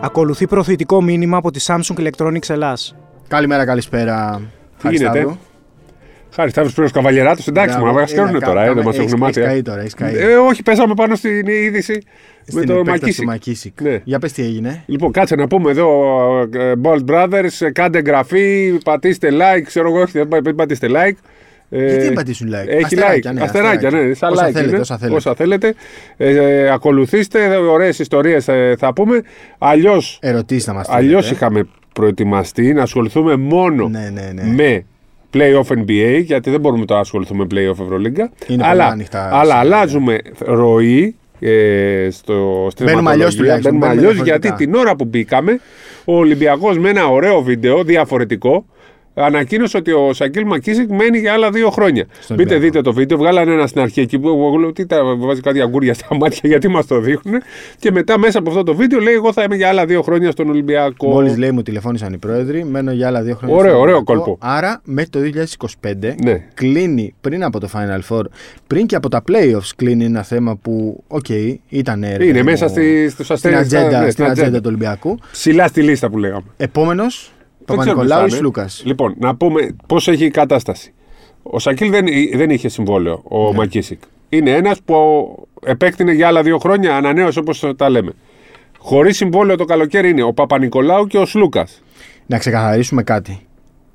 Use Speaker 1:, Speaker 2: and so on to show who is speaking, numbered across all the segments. Speaker 1: Ακολουθεί προθετικό μήνυμα από τη Samsung Electronics Ελλάς.
Speaker 2: Καλημέρα, καλησπέρα.
Speaker 3: Τι γίνεται. Χάρη, θα βρει καβαλιεράτο. Εντάξει, μα μα κάνουν τώρα, ε, δεν μας έχουν μάθει.
Speaker 2: Καεί τώρα, έχεις καεί.
Speaker 3: Ε, όχι, πέσαμε πάνω στην είδηση με
Speaker 2: Στην
Speaker 3: το
Speaker 2: επέκταση του
Speaker 3: Μακίσικ.
Speaker 2: Μακίσικ.
Speaker 3: Ναι.
Speaker 2: Για πες τι έγινε.
Speaker 3: Λοιπόν, κάτσε να πούμε εδώ, ε, Bold Brothers, ε, κάντε εγγραφή, πατήστε like, ξέρω εγώ, όχι, δεν πα- δεν πατήστε like. Ε,
Speaker 2: Γιατί δεν πατήσουν like?
Speaker 3: Έχει
Speaker 2: Αστεράκια,
Speaker 3: like.
Speaker 2: ναι,
Speaker 3: αστεράκια,
Speaker 2: αστεράκια.
Speaker 3: ναι. Σαν
Speaker 2: Όσα
Speaker 3: like
Speaker 2: θέλετε,
Speaker 3: είναι.
Speaker 2: όσα θέλετε.
Speaker 3: Όσα θέλετε. Ε, ε, ακολουθήστε, ωραίες ιστορίες θα πούμε. Αλλιώς
Speaker 2: Ερωτήσεις να μας στείλετε.
Speaker 3: Αλλιώς είχαμε προετοιμαστεί να ασχοληθούμε μόνο
Speaker 2: Ναι, ναι, ναι.
Speaker 3: με playoff NBA, γιατί δεν μπορούμε τώρα να ασχοληθούμε με playoff Ευρωλίγκα.
Speaker 2: Είναι πολλά
Speaker 3: αλλά,
Speaker 2: ανοιχτά
Speaker 3: αλλά
Speaker 2: σημεία.
Speaker 3: αλλάζουμε ροή ε, στο στην
Speaker 2: Μπαίνουμε
Speaker 3: θεματολογία.
Speaker 2: αλλιώς τουλάχιστον, μπαίνουμε
Speaker 3: Μπαίνουμε αλλιώς, γιατί
Speaker 2: διαφορετικά.
Speaker 3: την ώρα που μπήκαμε, ο Ολυμπιακός με ένα ωραίο βίντεο διαφορετικό ανακοίνωσε ότι ο Σακίλ Μακίσικ μένει για άλλα δύο χρόνια. Μπείτε,
Speaker 2: Ολυμπιακό.
Speaker 3: δείτε το βίντεο. Βγάλανε ένα στην αρχή εκεί που εγώ λέω: Τι τα βάζει κάτι αγκούρια στα μάτια, γιατί μας το δείχνουν. Και μετά μέσα από αυτό το βίντεο λέει: Εγώ θα είμαι για άλλα δύο χρόνια στον Ολυμπιακό.
Speaker 2: Μόλις λέει μου τηλεφώνησαν οι πρόεδροι, μένω για άλλα δύο χρόνια.
Speaker 3: Ωραίο,
Speaker 2: στο
Speaker 3: ωραίο
Speaker 2: Ολυμπιακό.
Speaker 3: κόλπο.
Speaker 2: Άρα μέχρι το 2025
Speaker 3: Ναι.
Speaker 2: κλείνει πριν από το Final Four, πριν και από τα playoffs κλείνει ένα θέμα που, οκ, ήταν έρευνα.
Speaker 3: Είναι μέσα στη- στους
Speaker 2: στην
Speaker 3: αστέρες,
Speaker 2: ατζέντα,
Speaker 3: στα- ναι,
Speaker 2: στην
Speaker 3: στην
Speaker 2: ατζέντα
Speaker 3: ατζέντα.
Speaker 2: του Ολυμπιακού.
Speaker 3: Ψηλά στη λίστα που λέγαμε.
Speaker 2: Επόμενος,
Speaker 3: Δεν ξέρουμε
Speaker 2: Παπα-Νικολάου
Speaker 3: ποιος θα
Speaker 2: Λούκα.
Speaker 3: είναι. Λοιπόν, να πούμε πώς έχει η κατάσταση. Ο Σακίλ δεν, δεν είχε συμβόλαιο, ο
Speaker 2: Ναι.
Speaker 3: Μακίσικ. Είναι ένας που επέκτηνε για άλλα δύο χρόνια, ανανέωσε όπως τα λέμε. Χωρίς συμβόλαιο το καλοκαίρι είναι ο Παπα-Νικολάου και ο Σλούκας.
Speaker 2: Να ξεκαθαρίσουμε κάτι.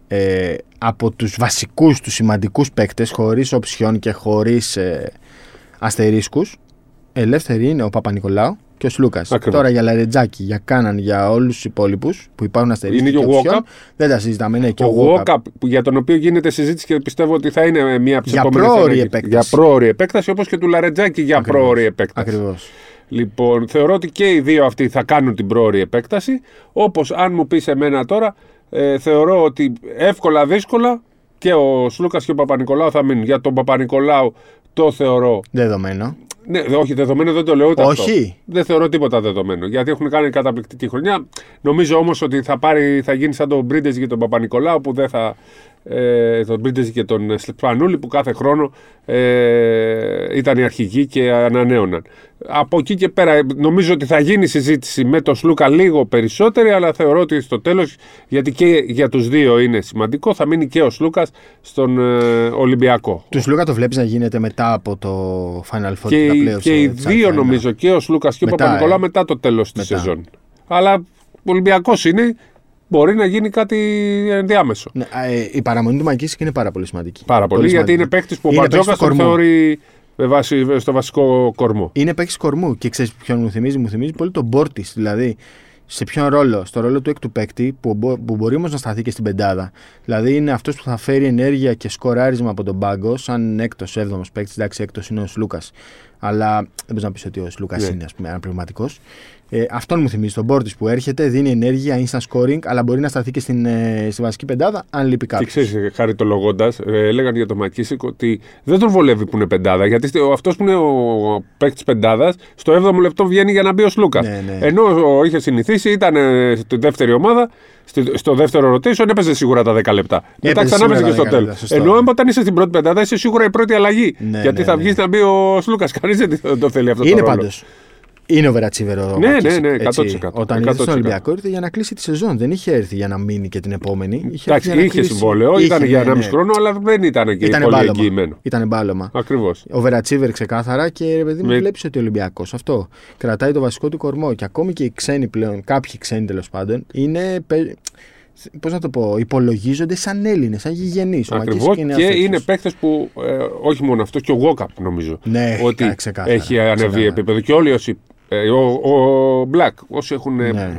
Speaker 2: Ε, από τους βασικούς, τους σημαντικούς παίκτες, χωρίς οψιόν και χωρίς ε, αστερίσκους, ελεύθεροι είναι ο Παπα-Νικολάου και ο Σλούκας.
Speaker 3: Ακριβώς.
Speaker 2: Τώρα για Λαρετζάκη, για Κάναν, για όλους τους υπόλοιπους που υπάρχουν αστερίσκους
Speaker 3: Είναι και ο
Speaker 2: οψιόν,
Speaker 3: Walkup.
Speaker 2: δεν τα συζητάμε. Ναι, και
Speaker 3: Ο
Speaker 2: ο Walkup.
Speaker 3: Γουόκαπ, για τον οποίο γίνεται συζήτηση και πιστεύω ότι θα είναι μία από τις
Speaker 2: Για
Speaker 3: επόμενες
Speaker 2: πρόωρη επέκταση.
Speaker 3: Για πρόωρη επέκταση, όπως και του Λαρετζάκη για πρόωρη επέκταση.
Speaker 2: Ακριβώς.
Speaker 3: Λοιπόν, θεωρώ ότι και οι δύο αυτοί θα κάνουν την πρόωρη επέκταση. Όπως αν μου πεις εμένα τώρα, ε, θεωρώ ότι εύκολα δύσκολα και ο Σλούκα και ο Παπα-Νικολάου θα μείνουν. Για τον Παπα-Νικολάου το θεωρώ.
Speaker 2: Δεδομένο.
Speaker 3: Ναι, δε- όχι, δεδομένο δεν το λέω ούτε
Speaker 2: Όχι.
Speaker 3: αυτό. Δεν θεωρώ τίποτα δεδομένο. Γιατί έχουν κάνει καταπληκτική χρονιά. Νομίζω όμως ότι θα, πάρει, θα γίνει σαν τον Μπρίντεζ και τον Παπα-Νικολάου που δεν θα. Ε, τον Μπρίντεζ και τον Σπανούλη που κάθε χρόνο ε, ήταν οι αρχηγοί και ανανέωναν. Από εκεί και πέρα ε, νομίζω ότι θα γίνει συζήτηση με τον Σλούκα λίγο περισσότερη, αλλά θεωρώ ότι στο τέλος, γιατί και για τους δύο είναι σημαντικό, θα μείνει και ο Σλούκας στον ε, Ολυμπιακό.
Speaker 2: Του Σλούκα το βλέπεις να γίνεται μετά από το Final Four
Speaker 3: Και,
Speaker 2: τα
Speaker 3: οι-
Speaker 2: playoffs,
Speaker 3: και οι
Speaker 2: ε, της
Speaker 3: δύο
Speaker 2: Α1.
Speaker 3: νομίζω, και ο Σλούκας και ο
Speaker 2: Μετά,
Speaker 3: Παπα-Νικολάου
Speaker 2: ε.
Speaker 3: μετά το τέλος της
Speaker 2: Μετά.
Speaker 3: σεζόν. Αλλά ο Ολυμπιακός είναι, μπορεί να γίνει κάτι ενδιάμεσο.
Speaker 2: Ναι, α, ε, η παραμονή του Μαγκίσικ είναι πάρα πολύ σημαντική.
Speaker 3: Πάρα πολύ, γιατί είναι παίκτης που ο
Speaker 2: Είναι παίκτης
Speaker 3: Μπαρτζόκα
Speaker 2: του
Speaker 3: τον
Speaker 2: κορμού.
Speaker 3: θεωρεί ε, βάση- στο βασικό κορμό.
Speaker 2: είναι παίκτης κορμού. Και ξέρεις ποιον μου θυμίζει, μου θυμίζει πολύ τον Μπόρτη. Δηλαδή, σε ποιον ρόλο, στο ρόλο του έκτου παίκτη που, μπο- που μπορεί όμως να σταθεί και στην πεντάδα. Δηλαδή, είναι αυτός που θα φέρει ενέργεια και σκοράρισμα από τον πάγκο, σαν έκτος, έβδομος παίκτης. Εντάξει, έκτος είναι ο Σλούκας. Αλλά δεν μπορείς να πεις ότι ο Σλούκας
Speaker 3: Ναι.
Speaker 2: είναι ας πούμε, αναπληρωματικός. Ε, αυτόν μου θυμίζει τον Μπόρτη που έρχεται, δίνει ενέργεια, instant scoring, αλλά μπορεί να σταθεί και στην, ε, στη βασική πεντάδα, αν λείπει
Speaker 3: Και
Speaker 2: κάποιος.
Speaker 3: ξέρεις, χαριτολογώντας, ε, έλεγαν για τον Μακίσικ ότι δεν τον βολεύει που είναι πεντάδα. Γιατί αυτός που είναι ο παίκτης πεντάδας, στο 7ο λεπτό βγαίνει για να μπει ο Σλούκας.
Speaker 2: Ναι, ναι.
Speaker 3: Ενώ ο- είχε συνηθίσει, ήταν ε, στη δεύτερη ομάδα, στη- στο δεύτερο rotation έπαιζε σίγουρα τα 10 λεπτά. Μετά
Speaker 2: Έπαιζε
Speaker 3: ξανά
Speaker 2: σίγουρα
Speaker 3: έπαιζε και
Speaker 2: τα
Speaker 3: στο
Speaker 2: 10 λεπτά,
Speaker 3: τέλο.
Speaker 2: σωστό.
Speaker 3: Ενώ όταν είσαι στην πρώτη πεντάδα, είσαι σίγουρα η πρώτη αλλαγή.
Speaker 2: Ναι,
Speaker 3: γιατί
Speaker 2: ναι,
Speaker 3: θα
Speaker 2: ναι.
Speaker 3: βγεις να μπει ο Σλούκας. Κανείς δεν το θέλει αυτό. το
Speaker 2: Είναι
Speaker 3: ρόλο.
Speaker 2: πάντως. Είναι ο Βερατσίβερ ο
Speaker 3: Ναι,
Speaker 2: Μακίσικ,
Speaker 3: ναι, ναι,
Speaker 2: έτσι.
Speaker 3: 100%.
Speaker 2: Όταν ήρθε στον
Speaker 3: 100%.
Speaker 2: Ολυμπιακό ήρθε για να κλείσει τη σεζόν. Δεν είχε έρθει για να μείνει και την επόμενη. Είχε, έρθει
Speaker 3: Εντάξει,
Speaker 2: για να
Speaker 3: είχε
Speaker 2: κλείσει.
Speaker 3: συμβόλαιο,
Speaker 2: Είχε,
Speaker 3: ήταν για
Speaker 2: ναι,
Speaker 3: 1,5
Speaker 2: ναι.
Speaker 3: χρόνο, αλλά δεν ήταν και
Speaker 2: Ήταν
Speaker 3: πολύ
Speaker 2: μπάλωμα.
Speaker 3: εγγυημένο.
Speaker 2: Ήταν μπάλωμα.
Speaker 3: Ακριβώς.
Speaker 2: Ο Βερατσίβερ ξεκάθαρα και ρε παιδί μου,
Speaker 3: Με-
Speaker 2: βλέπεις ότι ο Ολυμπιακός αυτό κρατάει το βασικό του κορμό. Και ακόμη και οι ξένοι πλέον, κάποιοι ξένοι τέλος πάντων, είναι. Πώς να το πω, υπολογίζονται σαν Έλληνες, σαν γηγενείς.
Speaker 3: Ακριβώ και είναι παίκτες που ε, όχι μόνο αυτό, και ο Γόκαπ νομίζω.
Speaker 2: Ναι,
Speaker 3: ότι
Speaker 2: κα- ξεκάθαρα,
Speaker 3: έχει ανεβεί
Speaker 2: ξεκάθαρα.
Speaker 3: επίπεδο. Και όλοι όσοι. ε, ο, ο Μπλακ, όσοι έχουν ε,
Speaker 2: Ναι.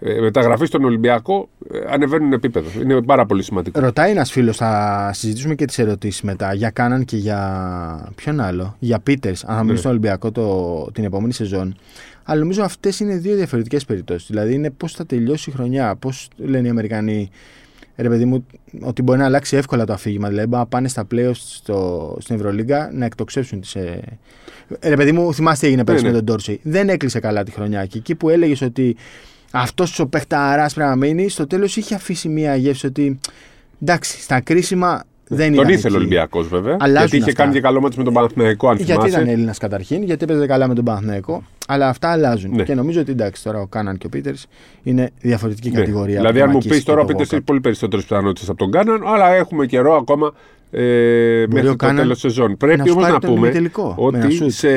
Speaker 3: ε, μεταγραφεί στον Ολυμπιακό, ε, ανεβαίνουν επίπεδο. Είναι πάρα πολύ σημαντικό.
Speaker 2: Ρωτάει ένας φίλος, θα συζητήσουμε και τις ερωτήσεις μετά. Για Κάναν και για. Ποιον άλλο. Για Πίτερ, αν θα μείνει
Speaker 3: Ναι.
Speaker 2: στον Ολυμπιακό το... την επόμενη σεζόν. Αλλά νομίζω αυτές είναι δύο διαφορετικές περιπτώσεις. Δηλαδή είναι πώς θα τελειώσει η χρονιά. Πώς λένε οι Αμερικανοί, ρε παιδί μου, ότι μπορεί να αλλάξει εύκολα το αφήγημα. Δηλαδή μπορεί να πάνε στα playoffs στο... στην Ευρωλίγκα να εκτοξεύσουν τις. Ε... Ρε παιδί μου, θυμάστε τι έγινε πέρσι
Speaker 3: Ναι,
Speaker 2: με
Speaker 3: ναι.
Speaker 2: τον Ντόρσεϊ. Δεν έκλεισε καλά τη χρονιά. Και εκεί που έλεγες ότι αυτός ο παιχταράς πρέπει να μείνει, στο τέλος είχε αφήσει μια γεύση ότι εντάξει, στα κρίσιμα δεν
Speaker 3: Τον
Speaker 2: ήταν.
Speaker 3: ήθελε ο
Speaker 2: εκεί.
Speaker 3: Ολυμπιακός βέβαια.
Speaker 2: Αλλάζουν
Speaker 3: γιατί είχε
Speaker 2: αυτά.
Speaker 3: κάνει και καλό μάτι με τον Παναθηναϊκό, αν
Speaker 2: Γιατί
Speaker 3: θυμάσαι.
Speaker 2: ήταν Έλληνας καταρχήν, γιατί έπαιζε καλά με τον Παναθηναϊκό. Αλλά αυτά αλλάζουν.
Speaker 3: Ναι.
Speaker 2: Και νομίζω ότι εντάξει, τώρα ο Κάναν και ο Πίτερ είναι διαφορετική
Speaker 3: Ναι.
Speaker 2: κατηγορία.
Speaker 3: Δηλαδή,
Speaker 2: από
Speaker 3: αν
Speaker 2: τον
Speaker 3: μου
Speaker 2: Μακής
Speaker 3: πεις
Speaker 2: και
Speaker 3: τώρα,
Speaker 2: τον
Speaker 3: πείτε
Speaker 2: Walcott.
Speaker 3: εσεί πολύ περισσότερες πιθανότητες από τον Κάναν, αλλά έχουμε καιρό ακόμα ε, μέχρι
Speaker 2: ο
Speaker 3: το
Speaker 2: Κάναν
Speaker 3: τέλο σεζόν.
Speaker 2: να
Speaker 3: Πρέπει
Speaker 2: σου
Speaker 3: όμως
Speaker 2: πάρει
Speaker 3: να
Speaker 2: τον
Speaker 3: πούμε
Speaker 2: ημιτελικό με ένα
Speaker 3: ότι
Speaker 2: σουτ.
Speaker 3: σε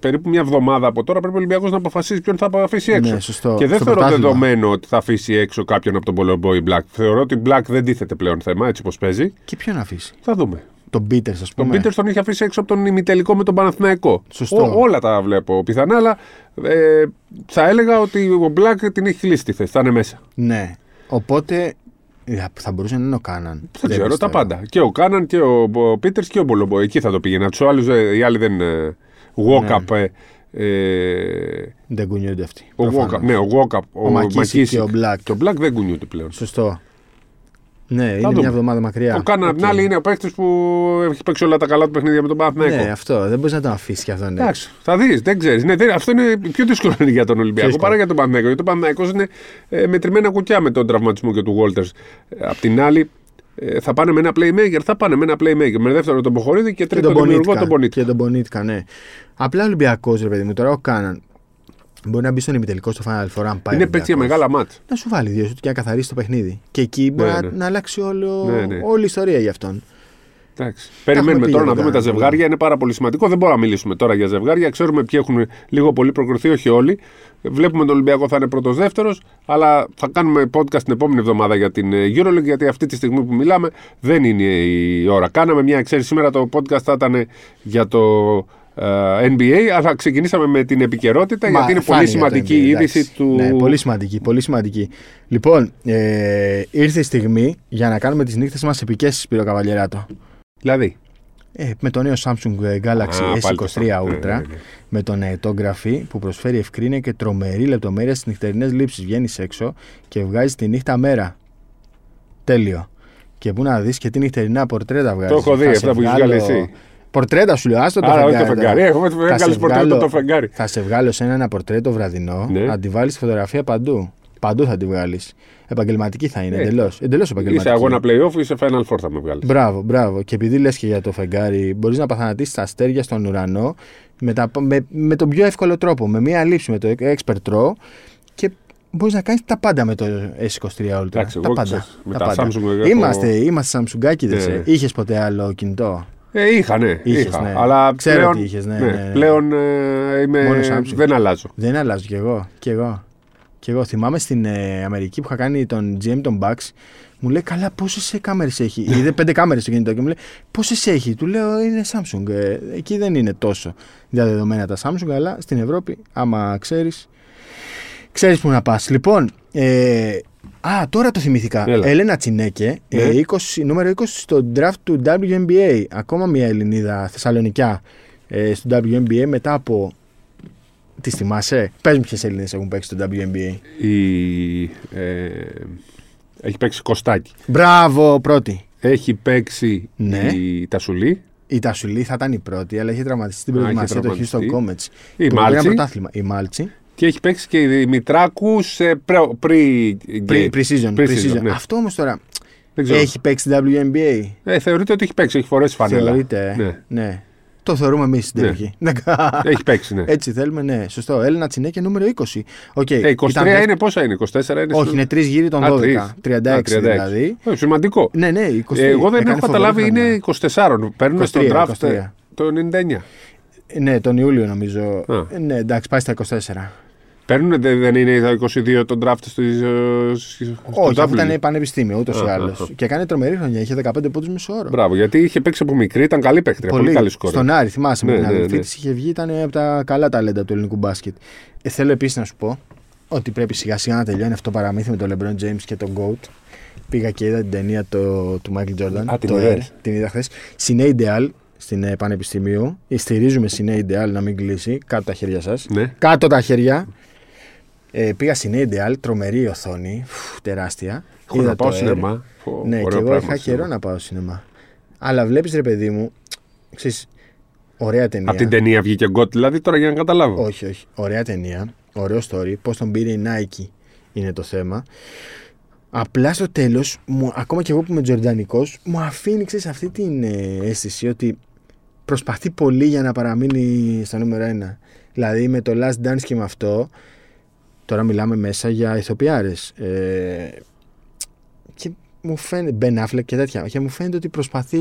Speaker 3: περίπου μια εβδομάδα από τώρα πρέπει ο Ολυμπιακός να αποφασίσει ποιον θα αφήσει έξω.
Speaker 2: Ναι, σωστό.
Speaker 3: Και δεν
Speaker 2: Στο
Speaker 3: θεωρώ
Speaker 2: πρωτάθλημα.
Speaker 3: δεδομένο ότι θα αφήσει έξω κάποιον από τον Πολεμπόη Black. Θεωρώ ότι Black δεν τίθεται πλέον θέμα έτσι όπως παίζει.
Speaker 2: Και ποιον αφήσει.
Speaker 3: Θα δούμε.
Speaker 2: Τον Πίτερ, ας
Speaker 3: Τον
Speaker 2: πούμε.
Speaker 3: Πίτερ τον είχε αφήσει έξω από τον ημιτελικό με τον Παναθηναϊκό.
Speaker 2: Ναι. Σωστό.
Speaker 3: όλα τα βλέπω πιθανά, αλλά ε, θα έλεγα ότι ο Black την έχει λύσει τη θέση. Θα είναι μέσα.
Speaker 2: Ναι. Οπότε ε, θα μπορούσε να είναι ο Κάναν.
Speaker 3: Δεν ξέρω, τα πάντα. Και ο Κάναν και ο, ο Πίτερ και ο Μπολομπο. Εκεί θα το πήγαινα. Τους άλλους, οι άλλοι δεν. ε,
Speaker 2: Ναι.
Speaker 3: Walkup. Ε, ε,
Speaker 2: Δεν κουνιούνται αυτοί.
Speaker 3: ο
Speaker 2: προφανώς.
Speaker 3: Walkup, ναι, ο Walkup. Ο,
Speaker 2: Ο Μακίσικ και ο Black.
Speaker 3: Και ο Black δεν κουνιούνται πλέον.
Speaker 2: Σωστό. Ναι, είναι
Speaker 3: δούμε.
Speaker 2: μια εβδομάδα μακριά.
Speaker 3: Ο Κάναν, απ' την
Speaker 2: Οκ.
Speaker 3: άλλη, είναι ο παίκτης που έχει παίξει όλα τα καλά του παιχνίδια με τον Παναθηναϊκό.
Speaker 2: Ναι, αυτό. Δεν μπορείς να τον αφήσεις κι αυτόν. ναι.
Speaker 3: Εντάξει, θα δεις, δεν ξέρεις. Ναι, δεν- αυτό είναι πιο δύσκολο είναι για τον Ολυμπιακό
Speaker 2: Δύσκολο.
Speaker 3: παρά για τον Παναθηναϊκό. Γιατί ο Παναθηναϊκός είναι ε, μετρημένα κουκιά με τον τραυματισμό και του Walters. Ε, Απ' την άλλη, ε, θα πάνε με ένα playmaker, θα πάνε με ένα playmaker. Με δεύτερο τον Ποχορίδη και
Speaker 2: Και
Speaker 3: τρίτο
Speaker 2: τον
Speaker 3: τον δημιουργό τον
Speaker 2: Πονίτκα.
Speaker 3: Πονίτη.
Speaker 2: Και τον Πονίτκα, ναι. Απλά Ολυμπιακός, ρε παιδί μου, τώρα ο Κάναν. Μπορεί να μπει στον ημιτελικό στο Final Four, αν πάει.
Speaker 3: Είναι
Speaker 2: ο
Speaker 3: παίκτης για
Speaker 2: Ολυμπιακός.
Speaker 3: μεγάλα μάτ.
Speaker 2: Να σου βάλει δύο σου και να καθαρίσει το παιχνίδι. Και εκεί μπορεί
Speaker 3: Ναι,
Speaker 2: να-
Speaker 3: ναι.
Speaker 2: να αλλάξει όλο,
Speaker 3: Ναι, ναι.
Speaker 2: όλη η ιστορία για αυτόν.
Speaker 3: Εντάξει. Περιμένουμε
Speaker 2: πει
Speaker 3: τώρα
Speaker 2: για
Speaker 3: να
Speaker 2: τον
Speaker 3: δούμε τα
Speaker 2: Κάναν,
Speaker 3: ζευγάρια. Είναι πάρα πολύ σημαντικό. Δεν μπορούμε να μιλήσουμε τώρα για ζευγάρια. Ξέρουμε ποιοι έχουν λίγο πολύ προκριθεί, όχι όλοι. Βλέπουμε τον Ολυμπιακό θα είναι πρώτος δεύτερος, αλλά θα κάνουμε podcast την επόμενη εβδομάδα για την ε, Euroleague, γιατί αυτή τη στιγμή που μιλάμε δεν είναι η ώρα. Κάναμε μια εξαίρεση σήμερα. Το podcast θα ήταν για το ε, NBA, αλλά ξεκινήσαμε με την επικαιρότητα,
Speaker 2: Μα,
Speaker 3: γιατί είναι πολύ
Speaker 2: φάνηκε
Speaker 3: σημαντική
Speaker 2: το NBA,
Speaker 3: η
Speaker 2: εντάξει.
Speaker 3: είδηση του.
Speaker 2: Ναι, πολύ σημαντική, πολύ σημαντική. Λοιπόν, ε, ήρθε η στιγμή για να κάνουμε τις νύχτες μας επικές, Σπύρο Καβαλιεράτο.
Speaker 3: Δηλαδή.
Speaker 2: Ε, με το νέο Samsung ε, Galaxy
Speaker 3: Α, πάλι το
Speaker 2: S23
Speaker 3: Samsung,
Speaker 2: Ultra,
Speaker 3: ναι, ναι, ναι.
Speaker 2: με τον ετόγραφη που προσφέρει ευκρίνεια και τρομερή λεπτομέρεια στις νυχτερινές λήψεις. Βγαίνεις έξω και βγάζεις τη νύχτα μέρα. Τέλειο. Και πού να δεις και τι νυχτερινά πορτρέτα βγάζεις.
Speaker 3: έχω δει,
Speaker 2: Θα σε
Speaker 3: αυτά που έχεις
Speaker 2: βγάλω-
Speaker 3: βγάλει εσύ.
Speaker 2: Πορτρέτα σου λέω, άστο το
Speaker 3: Άρα, όχι
Speaker 2: φεγγάρι.
Speaker 3: το
Speaker 2: τώρα.
Speaker 3: φεγγάρι. Έχουμε
Speaker 2: Θα σε
Speaker 3: βγάλει πορτρέτο
Speaker 2: βγάλω-
Speaker 3: το φεγγάρι.
Speaker 2: θα σε βγάλω σε ένα πορτρέτο βραδινό,
Speaker 3: Ναι.
Speaker 2: να τη βάλει φωτογραφία παντού. Παντού θα τη βγάλεις. Επαγγελματική θα είναι,
Speaker 3: Ε,
Speaker 2: εντελώς. Εντελώς επαγγελματική.
Speaker 3: Είσαι αγώνα playoff, είσαι Final Four θα με βγάλεις.
Speaker 2: Μπράβο, μπράβο. Και επειδή λες και για το φεγγάρι, μπορείς να παθανατήσεις τα αστέρια στον ουρανό με, τα, με, με τον πιο εύκολο τρόπο. Με μία λήψη, με το expert draw και μπορείς να κάνεις τα πάντα με το S23 Ultra.
Speaker 3: Εντάξει,
Speaker 2: τα
Speaker 3: εγώ
Speaker 2: πάντα.
Speaker 3: ξέρεις, με
Speaker 2: τα
Speaker 3: τα
Speaker 2: πάντα.
Speaker 3: Samsung εγώ-
Speaker 2: είμαστε, είμαστε Samsungάκιδες,
Speaker 3: Ναι.
Speaker 2: ε. Είχες ποτέ άλλο κινητό.
Speaker 3: Ε, είχα, ναι.
Speaker 2: Είχες,
Speaker 3: είχα.
Speaker 2: ναι.
Speaker 3: Αλλά
Speaker 2: Ξέρω
Speaker 3: πλέον,
Speaker 2: ότι είχες, ναι, ναι, ναι.
Speaker 3: Πλέον ε, είμαι,
Speaker 2: Μόνος Samsung.
Speaker 3: δεν αλλάζω.
Speaker 2: Δεν αλλάζω κι εγώ. Κι εγώ. Κι εγώ. Θυμάμαι στην ε, Αμερική που είχα κάνει τον GM τον Bucks. Μου λέει, καλά, πόσες κάμερες έχει. Είδε πέντε κάμερες στο κινητό και μου λέει, πόσες έχει. Του λέω, είναι Samsung. Ε, εκεί δεν είναι τόσο διαδεδομένα τα Samsung, αλλά στην Ευρώπη, άμα ξέρεις, ξέρεις που να πας. Λοιπόν, ε, α, τώρα το θυμήθηκα.
Speaker 3: Έλα.
Speaker 2: Ελένα Τσινέκε, ε,
Speaker 3: Ναι.
Speaker 2: 20, νούμερο 20 στο draft του WNBA. Ακόμα μια Ελληνίδα Θεσσαλονικιά ε, στο WNBA μετά από τι θυμάσαι. Πες μου ποιες Έλληνες έχουν παίξει στο WNBA.
Speaker 3: Η, ε, έχει παίξει Κωστάκη.
Speaker 2: Μπράβο, πρώτη.
Speaker 3: Έχει παίξει
Speaker 2: Ναι.
Speaker 3: η Τασουλή.
Speaker 2: Η Τασουλή θα ήταν η πρώτη, αλλά είχε τραυματιστεί την
Speaker 3: Α, είχε
Speaker 2: προετοιμασία του
Speaker 3: τραυματιστεί.
Speaker 2: Houston Comets. Που
Speaker 3: Η
Speaker 2: πήραν
Speaker 3: Μάλτσι. Ναι.
Speaker 2: πρωτάθλημα. Η Μάλτσι.
Speaker 3: Και έχει παίξει και η Δημητράκου σε πρι, πρι,
Speaker 2: Pre- Pre-season.
Speaker 3: pre-season,
Speaker 2: pre-season.
Speaker 3: ναι.
Speaker 2: Αυτό όμως τώρα.
Speaker 3: Δεν ξέρω.
Speaker 2: Έχει παίξει WNBA.
Speaker 3: Ε, θεωρείται ότι έχει παίξει, έχει φορέσει φανέλα.
Speaker 2: Θεωρείται. ε.
Speaker 3: Ναι.
Speaker 2: ναι. Το θεωρούμε εμείς στην
Speaker 3: Ναι.
Speaker 2: τελική. Ναι.
Speaker 3: Έχει παίξει, ναι.
Speaker 2: Έτσι θέλουμε, ναι. Σωστό. Έλληνα Τσινέκε νούμερο 20. Οκ.
Speaker 3: Ε, 23
Speaker 2: Ήταν δεύτερη-
Speaker 3: είναι, πόσα είναι, 24 είναι.
Speaker 2: Όχι, είναι τρεις γύρι των 12. 36 δηλαδή.
Speaker 3: Ε, σημαντικό.
Speaker 2: Ναι, ναι, 23.
Speaker 3: Ε, εγώ δεν
Speaker 2: Έκανε
Speaker 3: έχω
Speaker 2: φοβερή
Speaker 3: καταλάβει,
Speaker 2: χρονιά.
Speaker 3: είναι 24. Παίρνουν στο
Speaker 2: 23,
Speaker 3: draft ε, το 99.
Speaker 2: Ναι, τον Ιούλιο νομίζω.
Speaker 3: Α.
Speaker 2: Ε, Ναι, εντάξει, πάει στα 24.
Speaker 3: Παίρνουν, δε- δεν είναι τα 22 τον draft στο, στο
Speaker 2: Όχι,
Speaker 3: W.
Speaker 2: αφού ήταν πανεπιστήμιο ούτως ή
Speaker 3: Α,
Speaker 2: άλλως.
Speaker 3: α, α.
Speaker 2: Και κάνει τρομερή χρονιά, είχε 15 πόντους μισό όρο.
Speaker 3: Μπράβο, γιατί είχε παίξει από μικρή, ήταν καλή παίχτρια. Πολύ, καλή σκόρη.
Speaker 2: Στον Άρη, θυμάσαι με
Speaker 3: Ναι,
Speaker 2: την
Speaker 3: ναι,
Speaker 2: αδελφή
Speaker 3: ναι.
Speaker 2: τη είχε βγει, ήταν από τα καλά ταλέντα του ελληνικού μπάσκετ. Ε, θέλω επίσης να σου πω ότι πρέπει σιγά σιγά να τελειώνει αυτό το παραμύθι με τον LeBron James και τον Goat. Πήγα και είδα την ταινία το, του Michael Jordan.
Speaker 3: Α, την ε.
Speaker 2: το
Speaker 3: είδες.
Speaker 2: Air. Την είδα χθες. Συνέ Ιντεάλ στην ε, Πανεπιστημίου. Ε, Στηρίζουμε Συνέ Ιντεάλ να μην κλείσει. Κάτω τα χέρια σας.
Speaker 3: Ναι.
Speaker 2: Κάτω τα χέρια. Ε, πήγα στην Ιντεάλ, τρομερή οθόνη, φου, τεράστια.
Speaker 3: Έχω
Speaker 2: Είδα
Speaker 3: να πάω
Speaker 2: το Air.
Speaker 3: σινεμά. Φω,
Speaker 2: Ναι, και
Speaker 3: ωραίο
Speaker 2: εγώ
Speaker 3: πράγμα
Speaker 2: είχα
Speaker 3: σινεμά.
Speaker 2: καιρό να πάω σινεμά. Αλλά βλέπεις ρε παιδί μου, ξέρεις, ωραία ταινία.
Speaker 3: Από την ταινία βγήκε γκοτ, δηλαδή τώρα για να καταλάβω.
Speaker 2: Όχι, όχι. Ωραία ταινία. Ωραίο story. Πώς τον πήρε η Nike είναι το θέμα. Απλά στο τέλος, ακόμα και εγώ που είμαι τζορντανικός, μου αφήνει ξέρεις, αυτή την ε, αίσθηση ότι προσπαθεί πολύ για να παραμείνει στο νούμερο 1. Δηλαδή με το Last Dance και με αυτό, τώρα μιλάμε μέσα για ηθοποιάρες. Ε, και μου φαίνεται, Ben Affleck και τέτοια, και μου φαίνεται ότι προσπαθεί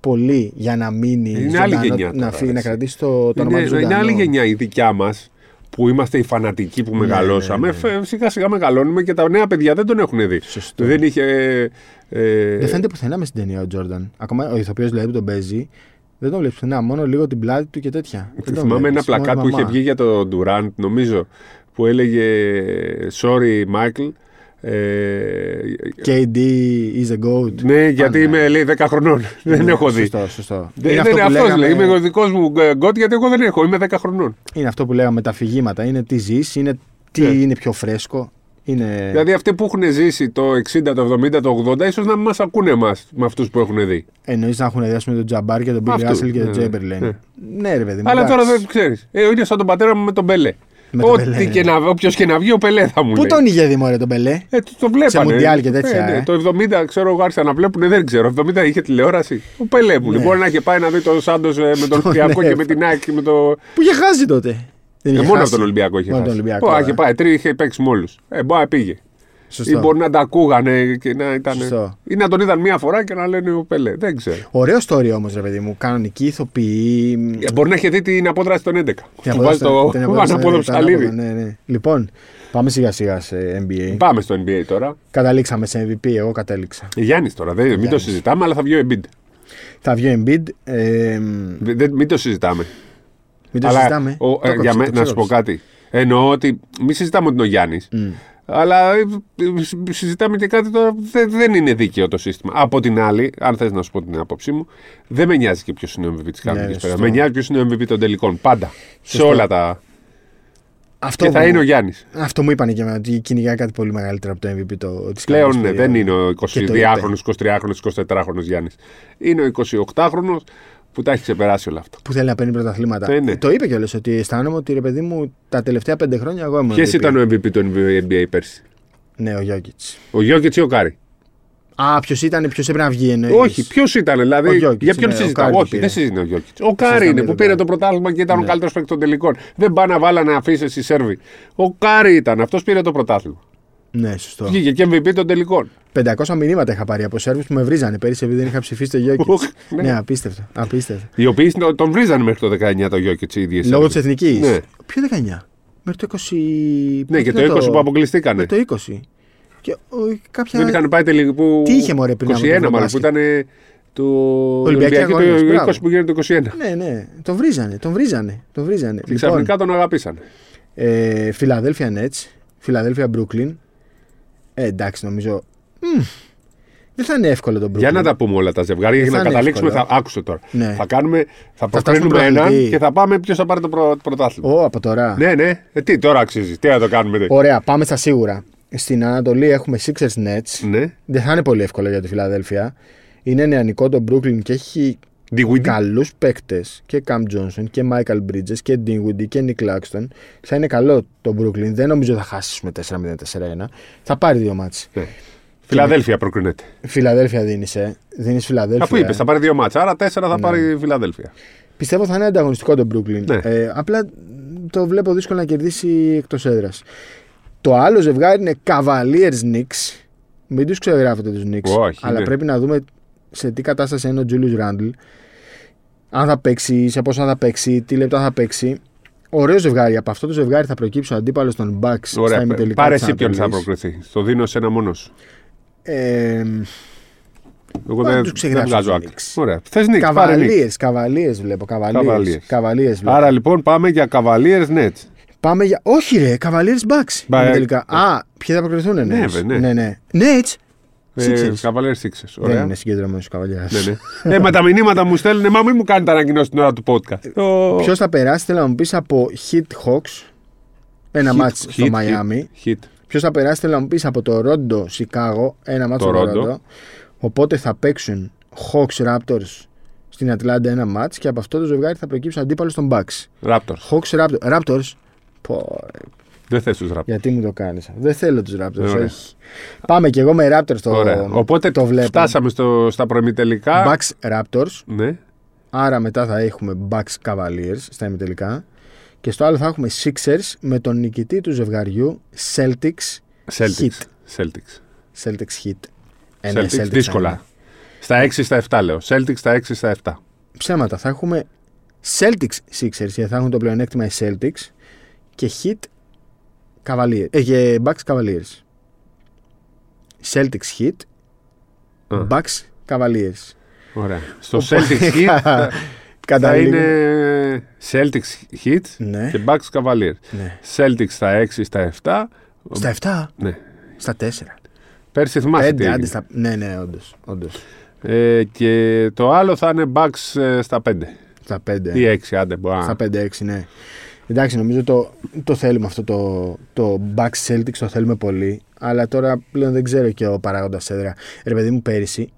Speaker 2: πολύ για να μείνει
Speaker 3: Είναι
Speaker 2: ζωντανό,
Speaker 3: άλλη γενιά
Speaker 2: να,
Speaker 3: τώρα,
Speaker 2: φύγει, να
Speaker 3: έτσι.
Speaker 2: κρατήσει το, το όνομα του
Speaker 3: Είναι, είναι
Speaker 2: ζωντανό.
Speaker 3: άλλη γενιά η δικιά μας που είμαστε οι φανατικοί
Speaker 2: Ναι,
Speaker 3: που μεγαλώσαμε. Φυσικά σιγά μεγαλώνουμε και τα νέα παιδιά δεν τον έχουν δει.
Speaker 2: Σωστό.
Speaker 3: Δεν είχε. ε, ε,
Speaker 2: Δεν φαίνεται πουθενά μες στην ταινία ο Τζόρνταν. Ακόμα ο ηθοποιός δηλαδή που τον παίζει, δεν τον βλέπεις πουθενά. Μόνο λίγο την πλάτη του και τέτοια. Δεν τον
Speaker 3: θυμάμαι ένα
Speaker 2: βλέπεις, μόνο
Speaker 3: πλακάτ
Speaker 2: η
Speaker 3: που είχε
Speaker 2: ναι, μαμά.
Speaker 3: βγει για τον Ντουράντ, νομίζω, που έλεγε Sorry, Michael. Ε,
Speaker 2: KD is a goat.
Speaker 3: ναι, γιατί
Speaker 2: Πάντα.
Speaker 3: είμαι λέει, 10 χρονών. δεν
Speaker 2: Ναι,
Speaker 3: έχω δει. Ε,
Speaker 2: Σωστό, σωστό.
Speaker 3: Δεν είναι, αυτός
Speaker 2: λέγαμε-
Speaker 3: λέει. Είμαι ο δικός μου γκότ γιατί εγώ δεν έχω. Είμαι 10 χρονών.
Speaker 2: είναι αυτό που λέγαμε τα αφηγήματα. Είναι τι ζεις, είναι τι
Speaker 3: Ναι.
Speaker 2: είναι πιο φρέσκο. Είναι...
Speaker 3: Δηλαδή αυτοί που έχουν ζήσει το 60, το 70, το 80, ίσως να μην μας ακούνε εμάς με αυτούς που έχουν δει.
Speaker 2: Εννοείς να έχουν δει ας πούμε, τον Τζαμπάρ και τον Μπιλ
Speaker 3: Αυτού,
Speaker 2: Ράσελ και τον
Speaker 3: ναι, ναι,
Speaker 2: Τζέμπερλεν.
Speaker 3: ναι.
Speaker 2: Ναι, ρε παιδί μου.
Speaker 3: Αλλά τώρα
Speaker 2: εντάξει.
Speaker 3: δεν ξέρεις. Ε, είναι σαν τον πατέρα μου με τον Πελέ.
Speaker 2: Με τον Πελέ,
Speaker 3: Ό,τι
Speaker 2: ναι.
Speaker 3: και να Όποιος και να βγει, ο Πελέ θα μου
Speaker 2: Πού
Speaker 3: λέει.
Speaker 2: τον είχε δει μωρέ τον Μπελέ.
Speaker 3: Ε, το, το βλέπανε.
Speaker 2: Σε Μουντιάλ και τέτοια,
Speaker 3: Ε, ναι.
Speaker 2: ε.
Speaker 3: Το 70, ξέρω εγώ, άρχισαν να βλέπουν. Δεν ξέρω. 70 είχε τηλεόραση. Ο Πελέ
Speaker 2: Ναι.
Speaker 3: μου. λέει. Μπορεί να είχε πάει να δει τον Σάντος με τον Ολυμπιακό και με την ΑΕΚ. και Με το...
Speaker 2: Που είχε χάσει τότε. Δεν
Speaker 3: Ε,
Speaker 2: είχε
Speaker 3: μόνο
Speaker 2: χάσει.
Speaker 3: από τον Ολυμπιακό είχε
Speaker 2: Μόνο
Speaker 3: χάσει.
Speaker 2: τον Ολυμπιακό,
Speaker 3: Ω,
Speaker 2: ε.
Speaker 3: είχε πάει. Τρία είχε παίξει με όλους. Ε, μπορεί να πήγε. Ή
Speaker 2: Σωστό.
Speaker 3: μπορεί να τα ακούγανε και να ήταν.
Speaker 2: Σωστό.
Speaker 3: Ή να τον είδαν μία φορά και να λένε ο Πελέ. Δεν ξέρω.
Speaker 2: Ωραίο story όμως, ρε παιδί μου. Κανονική ηθοποιή.
Speaker 3: Ε, μπορεί να είχε δει την απόδραση των 11.
Speaker 2: Την
Speaker 3: Που βάζει το
Speaker 2: την
Speaker 3: ανάποδο
Speaker 2: την ανάποδο,
Speaker 3: ψαλίδι.
Speaker 2: Ναι, ναι. Λοιπόν, πάμε σιγά σιγά σε NBA.
Speaker 3: Πάμε στο NBA τώρα.
Speaker 2: Καταλήξαμε σε MVP, εγώ κατέληξα.
Speaker 3: Γιάννης τώρα, δεν, μην το συζητάμε, αλλά θα βγει ο Embiid.
Speaker 2: Θα βγει ο Embiid. Ε, μ,
Speaker 3: Δε- δεν- μην το συζητάμε.
Speaker 2: μην το
Speaker 3: αλλά
Speaker 2: συζητάμε.
Speaker 3: ο-
Speaker 2: Το
Speaker 3: ε,
Speaker 2: κόψε,
Speaker 3: για
Speaker 2: το
Speaker 3: μέ- να σου πω
Speaker 2: ξέκοψε.
Speaker 3: κάτι. Εννοώ ότι μην συζητάμε ότι είναι ο Γιάννης.
Speaker 2: Mm.
Speaker 3: Αλλά ε, ε, συ- συζητάμε και κάτι τώρα. Δεν, δεν είναι δίκαιο το σύστημα. Από την άλλη, αν θες να σου πω την άποψή μου, δεν με νοιάζει και ποιος είναι ο MVP της
Speaker 2: Ναι,
Speaker 3: κανονική
Speaker 2: σωστό.
Speaker 3: περίοδο. Με νοιάζει ποιος είναι ο MVP των τελικών. Πάντα. Σε
Speaker 2: Σωστό.
Speaker 3: όλα τα.
Speaker 2: Αυτό
Speaker 3: Και θα
Speaker 2: μου-
Speaker 3: είναι ο Γιάννης.
Speaker 2: Αυτό μου είπανε και εμένα ότι κυνηγάει κάτι πολύ μεγαλύτερο από το MVP το, της
Speaker 3: Πλέον
Speaker 2: καλής
Speaker 3: ναι,
Speaker 2: περίοδου.
Speaker 3: δεν είναι ο
Speaker 2: Και το
Speaker 3: 22χρονο,
Speaker 2: είπε.
Speaker 3: 23χρονο, 24χρονο Γιάννης. Είναι ο 28χρονο που τα έχει ξεπεράσει όλα αυτά.
Speaker 2: Που θέλει να παίρνει πρωταθλήματα.
Speaker 3: Ε, ναι.
Speaker 2: Το είπε κιόλας ότι αισθάνομαι ότι ρε παιδί μου τα τελευταία πέντε χρόνια εγώ ήμουν.
Speaker 3: Ποιο
Speaker 2: MVP.
Speaker 3: ήταν ο MVP των NBA πέρσι,
Speaker 2: Ναι, ο Γιώκητ.
Speaker 3: Ο Γιώκετ ή ο Κάρι.
Speaker 2: Α, ποιος ήταν, ποιος έπρεπε να βγει εννοείς.
Speaker 3: Όχι, ποιος ήταν, δηλαδή.
Speaker 2: Ο Γιώκητς
Speaker 3: για ποιον
Speaker 2: είναι, ο
Speaker 3: συζητάμε.
Speaker 2: Κάρι
Speaker 3: Όχι,
Speaker 2: πήρε.
Speaker 3: δεν συζητάμε ο Γιώκητ. Ο Κάρι
Speaker 2: Συζητάμε
Speaker 3: είναι
Speaker 2: τον
Speaker 3: που πήρε
Speaker 2: Κάρι. Ναι.
Speaker 3: το πρωτάθλημα και ήταν ο καλύτερος παίκτης των τελικών. Δεν πάνε να βάλανε αφήσει οι Σέρβοι. Ο Κάρι ήταν, αυτός πήρε το πρωτάθλημα.
Speaker 2: Ναι, σωστό.
Speaker 3: Βγήκε και MVP των τελικών.
Speaker 2: 500 μηνύματα είχα πάρει από Σέρβους που με βρίζανε πέρυσι επειδή δεν είχα ψηφίσει το Γιώκητ.
Speaker 3: Ουχ, ναι.
Speaker 2: ναι, απίστευτο. απίστευτο.
Speaker 3: Οι οποίοι συνο- τον βρίζανε μέχρι το 19 το Γιώκητ οι ίδιοι. οι
Speaker 2: Λόγω
Speaker 3: Σέρβοι.
Speaker 2: της εθνικής.
Speaker 3: Ναι.
Speaker 2: Ποιο 19. Μέχρι το 20.
Speaker 3: Ναι, και
Speaker 2: ποιο
Speaker 3: το 20 που αποκλειστήκανε.
Speaker 2: Το 20. Και ο, κάποια.
Speaker 3: Δεν είχαν πάει τελικό. Που...
Speaker 2: Τι είχε, μωρέ, πριν από το
Speaker 3: 21 μάλλον που
Speaker 2: μπάσκετ.
Speaker 3: ήταν ε, του
Speaker 2: Ολυμπιακοί
Speaker 3: Ολυμπιακού το
Speaker 2: αγώνες,
Speaker 3: 20
Speaker 2: μπράβο.
Speaker 3: που γίνεται το 21.
Speaker 2: Ναι, ναι. Τον βρίζανε. Τον βρίζανε. Τον βρίζανε. Λοιπόν,
Speaker 3: Και ξαφνικά τον αγαπήσανε.
Speaker 2: Ε, Φιλαδέλφια Nets, Φιλαδέλφια Μπρούκλιν. Ε, εντάξει, νομίζω. μμ, δεν θα είναι εύκολο τον Brooklyn.
Speaker 3: Για να τα πούμε όλα τα ζευγάρια για
Speaker 2: Λοιπόν. θα
Speaker 3: να
Speaker 2: είναι
Speaker 3: καταλήξουμε.
Speaker 2: εύκολο.
Speaker 3: Θα, άκουσε τώρα.
Speaker 2: Ναι.
Speaker 3: Θα, κάνουμε, θα
Speaker 2: φτάσουμε
Speaker 3: προκρίνουμε έναν
Speaker 2: προαθλητή.
Speaker 3: και θα πάμε ποιος θα πάρει το πρω- πρωτάθλημα.
Speaker 2: Ω, από τώρα.
Speaker 3: Ναι, ναι. Ε, τι τώρα αξίζει, τι θα το κάνουμε. δεν-
Speaker 2: Ωραία, πάμε στα σίγουρα. Στην Ανατολή έχουμε Sixers Nets.
Speaker 3: Ναι.
Speaker 2: Δεν θα είναι πολύ εύκολο για τη Φιλαδέλφια. Είναι νεανικό το Brooklyn και έχει
Speaker 3: Dewey.
Speaker 2: καλούς παίκτες. Και Cam Johnson και Michael Bridges και Dinwiddie και Nick Claxton. Θα είναι καλό το Brooklyn. Δεν νομίζω θα χάσει με 4-0-4-1. Θα πάρει δύο μάτς.
Speaker 3: Ναι. Φιλαδέλφια προκρίνεται.
Speaker 2: Φιλαδέλφια δίνεις, ε. Δίνεις Φιλαδέλφια.
Speaker 3: Αφού είπες, θα πάρει δύο μάτσα, άρα τέσσερα θα πάρει η Φιλαδέλφια.
Speaker 2: Πιστεύω Ναι. θα είναι ανταγωνιστικό το Brooklyn.
Speaker 3: Ναι.
Speaker 2: Ε, απλά το βλέπω δύσκολο να κερδίσει εκτός έδρας. Το άλλο ζευγάρι είναι Cavaliers Knicks. Μην τους ξεγράφετε τους Knicks.
Speaker 3: Όχι,
Speaker 2: αλλά
Speaker 3: ναι.
Speaker 2: πρέπει να δούμε σε τι κατάσταση είναι ο Julius Randle. Αν θα παίξει, σε πόσα θα παίξει, τι λεπτά θα παίξει. Ωραίο ζευγάρι. Από αυτό το ζευγάρι θα προκύψει ο αντίπαλος των Bucks στα
Speaker 3: Ωραία.
Speaker 2: ημιτελικά.
Speaker 3: Πάρε
Speaker 2: της
Speaker 3: εσύ ποιον θα
Speaker 2: Ανατολής.
Speaker 3: προκριθεί. Στο δίνω σε ένα μόνος σου.
Speaker 2: Ε,
Speaker 3: Εγώ
Speaker 2: Μα,
Speaker 3: δεν,
Speaker 2: τους
Speaker 3: δεν
Speaker 2: ξεγράψεις
Speaker 3: βγάζω
Speaker 2: τους
Speaker 3: άκρη.
Speaker 2: Knicks.
Speaker 3: Ωραία. Θες νίκη. πάρε νίκη.
Speaker 2: Καβαλίε, καβαλίε βλέπω. Καβαλίε.
Speaker 3: Cavaliers.
Speaker 2: Ναι.
Speaker 3: Άρα λοιπόν πάμε για Cavaliers Nets.
Speaker 2: Πάμε για. Όχι, ρε, Cavaliers Bucks.
Speaker 3: Μπα- ε,
Speaker 2: είναι τελικά. Α, ποιοι θα προκριθούν, ναι.
Speaker 3: Ναι, βε, ναι.
Speaker 2: ναι. ναι. Nets.
Speaker 3: Ε,
Speaker 2: Sixers.
Speaker 3: Cavaliers Sixers.
Speaker 2: Δεν
Speaker 3: Ωραία.
Speaker 2: είναι συγκεντρωμένος ο Cavaliers.
Speaker 3: Ναι, ναι. ε, μα τα μηνύματα μου στέλνουν, μα μην μου κάνετε ανακοινώσεις την ώρα του
Speaker 2: Ε,
Speaker 3: podcast. Το...
Speaker 2: Ποιος θα περάσει, θέλω να μου πεις από Heat Hawks. Ένα
Speaker 3: Hit,
Speaker 2: μάτς στο
Speaker 3: hit,
Speaker 2: Miami.
Speaker 3: Hit, hit.
Speaker 2: Ποιος θα περάσει, θέλω να μου πεις από το Ρόντο Σικάγο. Ένα μάτς
Speaker 3: Το
Speaker 2: στο
Speaker 3: Rondo.
Speaker 2: Ρόντο. Οπότε θα παίξουν Hawks Raptors στην Ατλάντα ένα μάτς και από αυτό το ζευγάρι θα προκύψει αντίπαλο των Bucks.
Speaker 3: Raptors.
Speaker 2: Hawks Raptors. Raptors. Πω,
Speaker 3: Δεν θες τους Raptors.
Speaker 2: Γιατί μου το κάνεις. Δεν θέλω τους Raptors.
Speaker 3: Ωραία.
Speaker 2: όχι. Πάμε κι εγώ με Raptors το,
Speaker 3: Ωραία. Οπότε
Speaker 2: το βλέπω.
Speaker 3: φτάσαμε στο, στα προημιτελικά.
Speaker 2: Bucks Raptors.
Speaker 3: Ναι.
Speaker 2: Άρα μετά θα έχουμε Bucks Cavaliers στα ημιτελικά. Και στο άλλο θα έχουμε Sixers με τον νικητή του ζευγαριού Celtics
Speaker 3: Celtics.
Speaker 2: Heat.
Speaker 3: Celtics.
Speaker 2: Celtics Heat. Ε, ναι,
Speaker 3: Celtics,
Speaker 2: Celtics θα είναι.
Speaker 3: δύσκολα. Στα 6 στα 7 λέω. Celtics στα 6 στα 7.
Speaker 2: Ψέματα. Θα έχουμε Celtics Sixers, γιατί θα έχουν το πλεονέκτημα οι Celtics και Heat Cavaliers. Ε, και Bucks Cavaliers. Celtics Heat,
Speaker 3: Α.
Speaker 2: Bucks Cavaliers.
Speaker 3: Ωραία. Στο Celtics Heat θα- θα
Speaker 2: Καταλήγουμε-
Speaker 3: είναι Celtics Heat
Speaker 2: Ναι.
Speaker 3: και Bucks Cavaliers.
Speaker 2: Ναι.
Speaker 3: Celtics στα 6 στα 7.
Speaker 2: Στα 7,
Speaker 3: Ναι.
Speaker 2: στα 4.
Speaker 3: Πέρσι θυμάσαι τι
Speaker 2: Πέντε,
Speaker 3: έγινε.
Speaker 2: άντε στα... Ναι, ναι, όντως, όντως.
Speaker 3: Ε, και το άλλο θα είναι Bucks ε, στα 5
Speaker 2: Στα πέντε.
Speaker 3: ή 6, άντε μπορεί να-
Speaker 2: Ναι. Στα 5-6, ναι. Εντάξει, νομίζω το, το θέλουμε αυτό το, το back Celtics, το θέλουμε πολύ. Αλλά τώρα πλέον δεν ξέρω και ο παράγοντας έδρα. Ρε παιδί μου, πέρυσι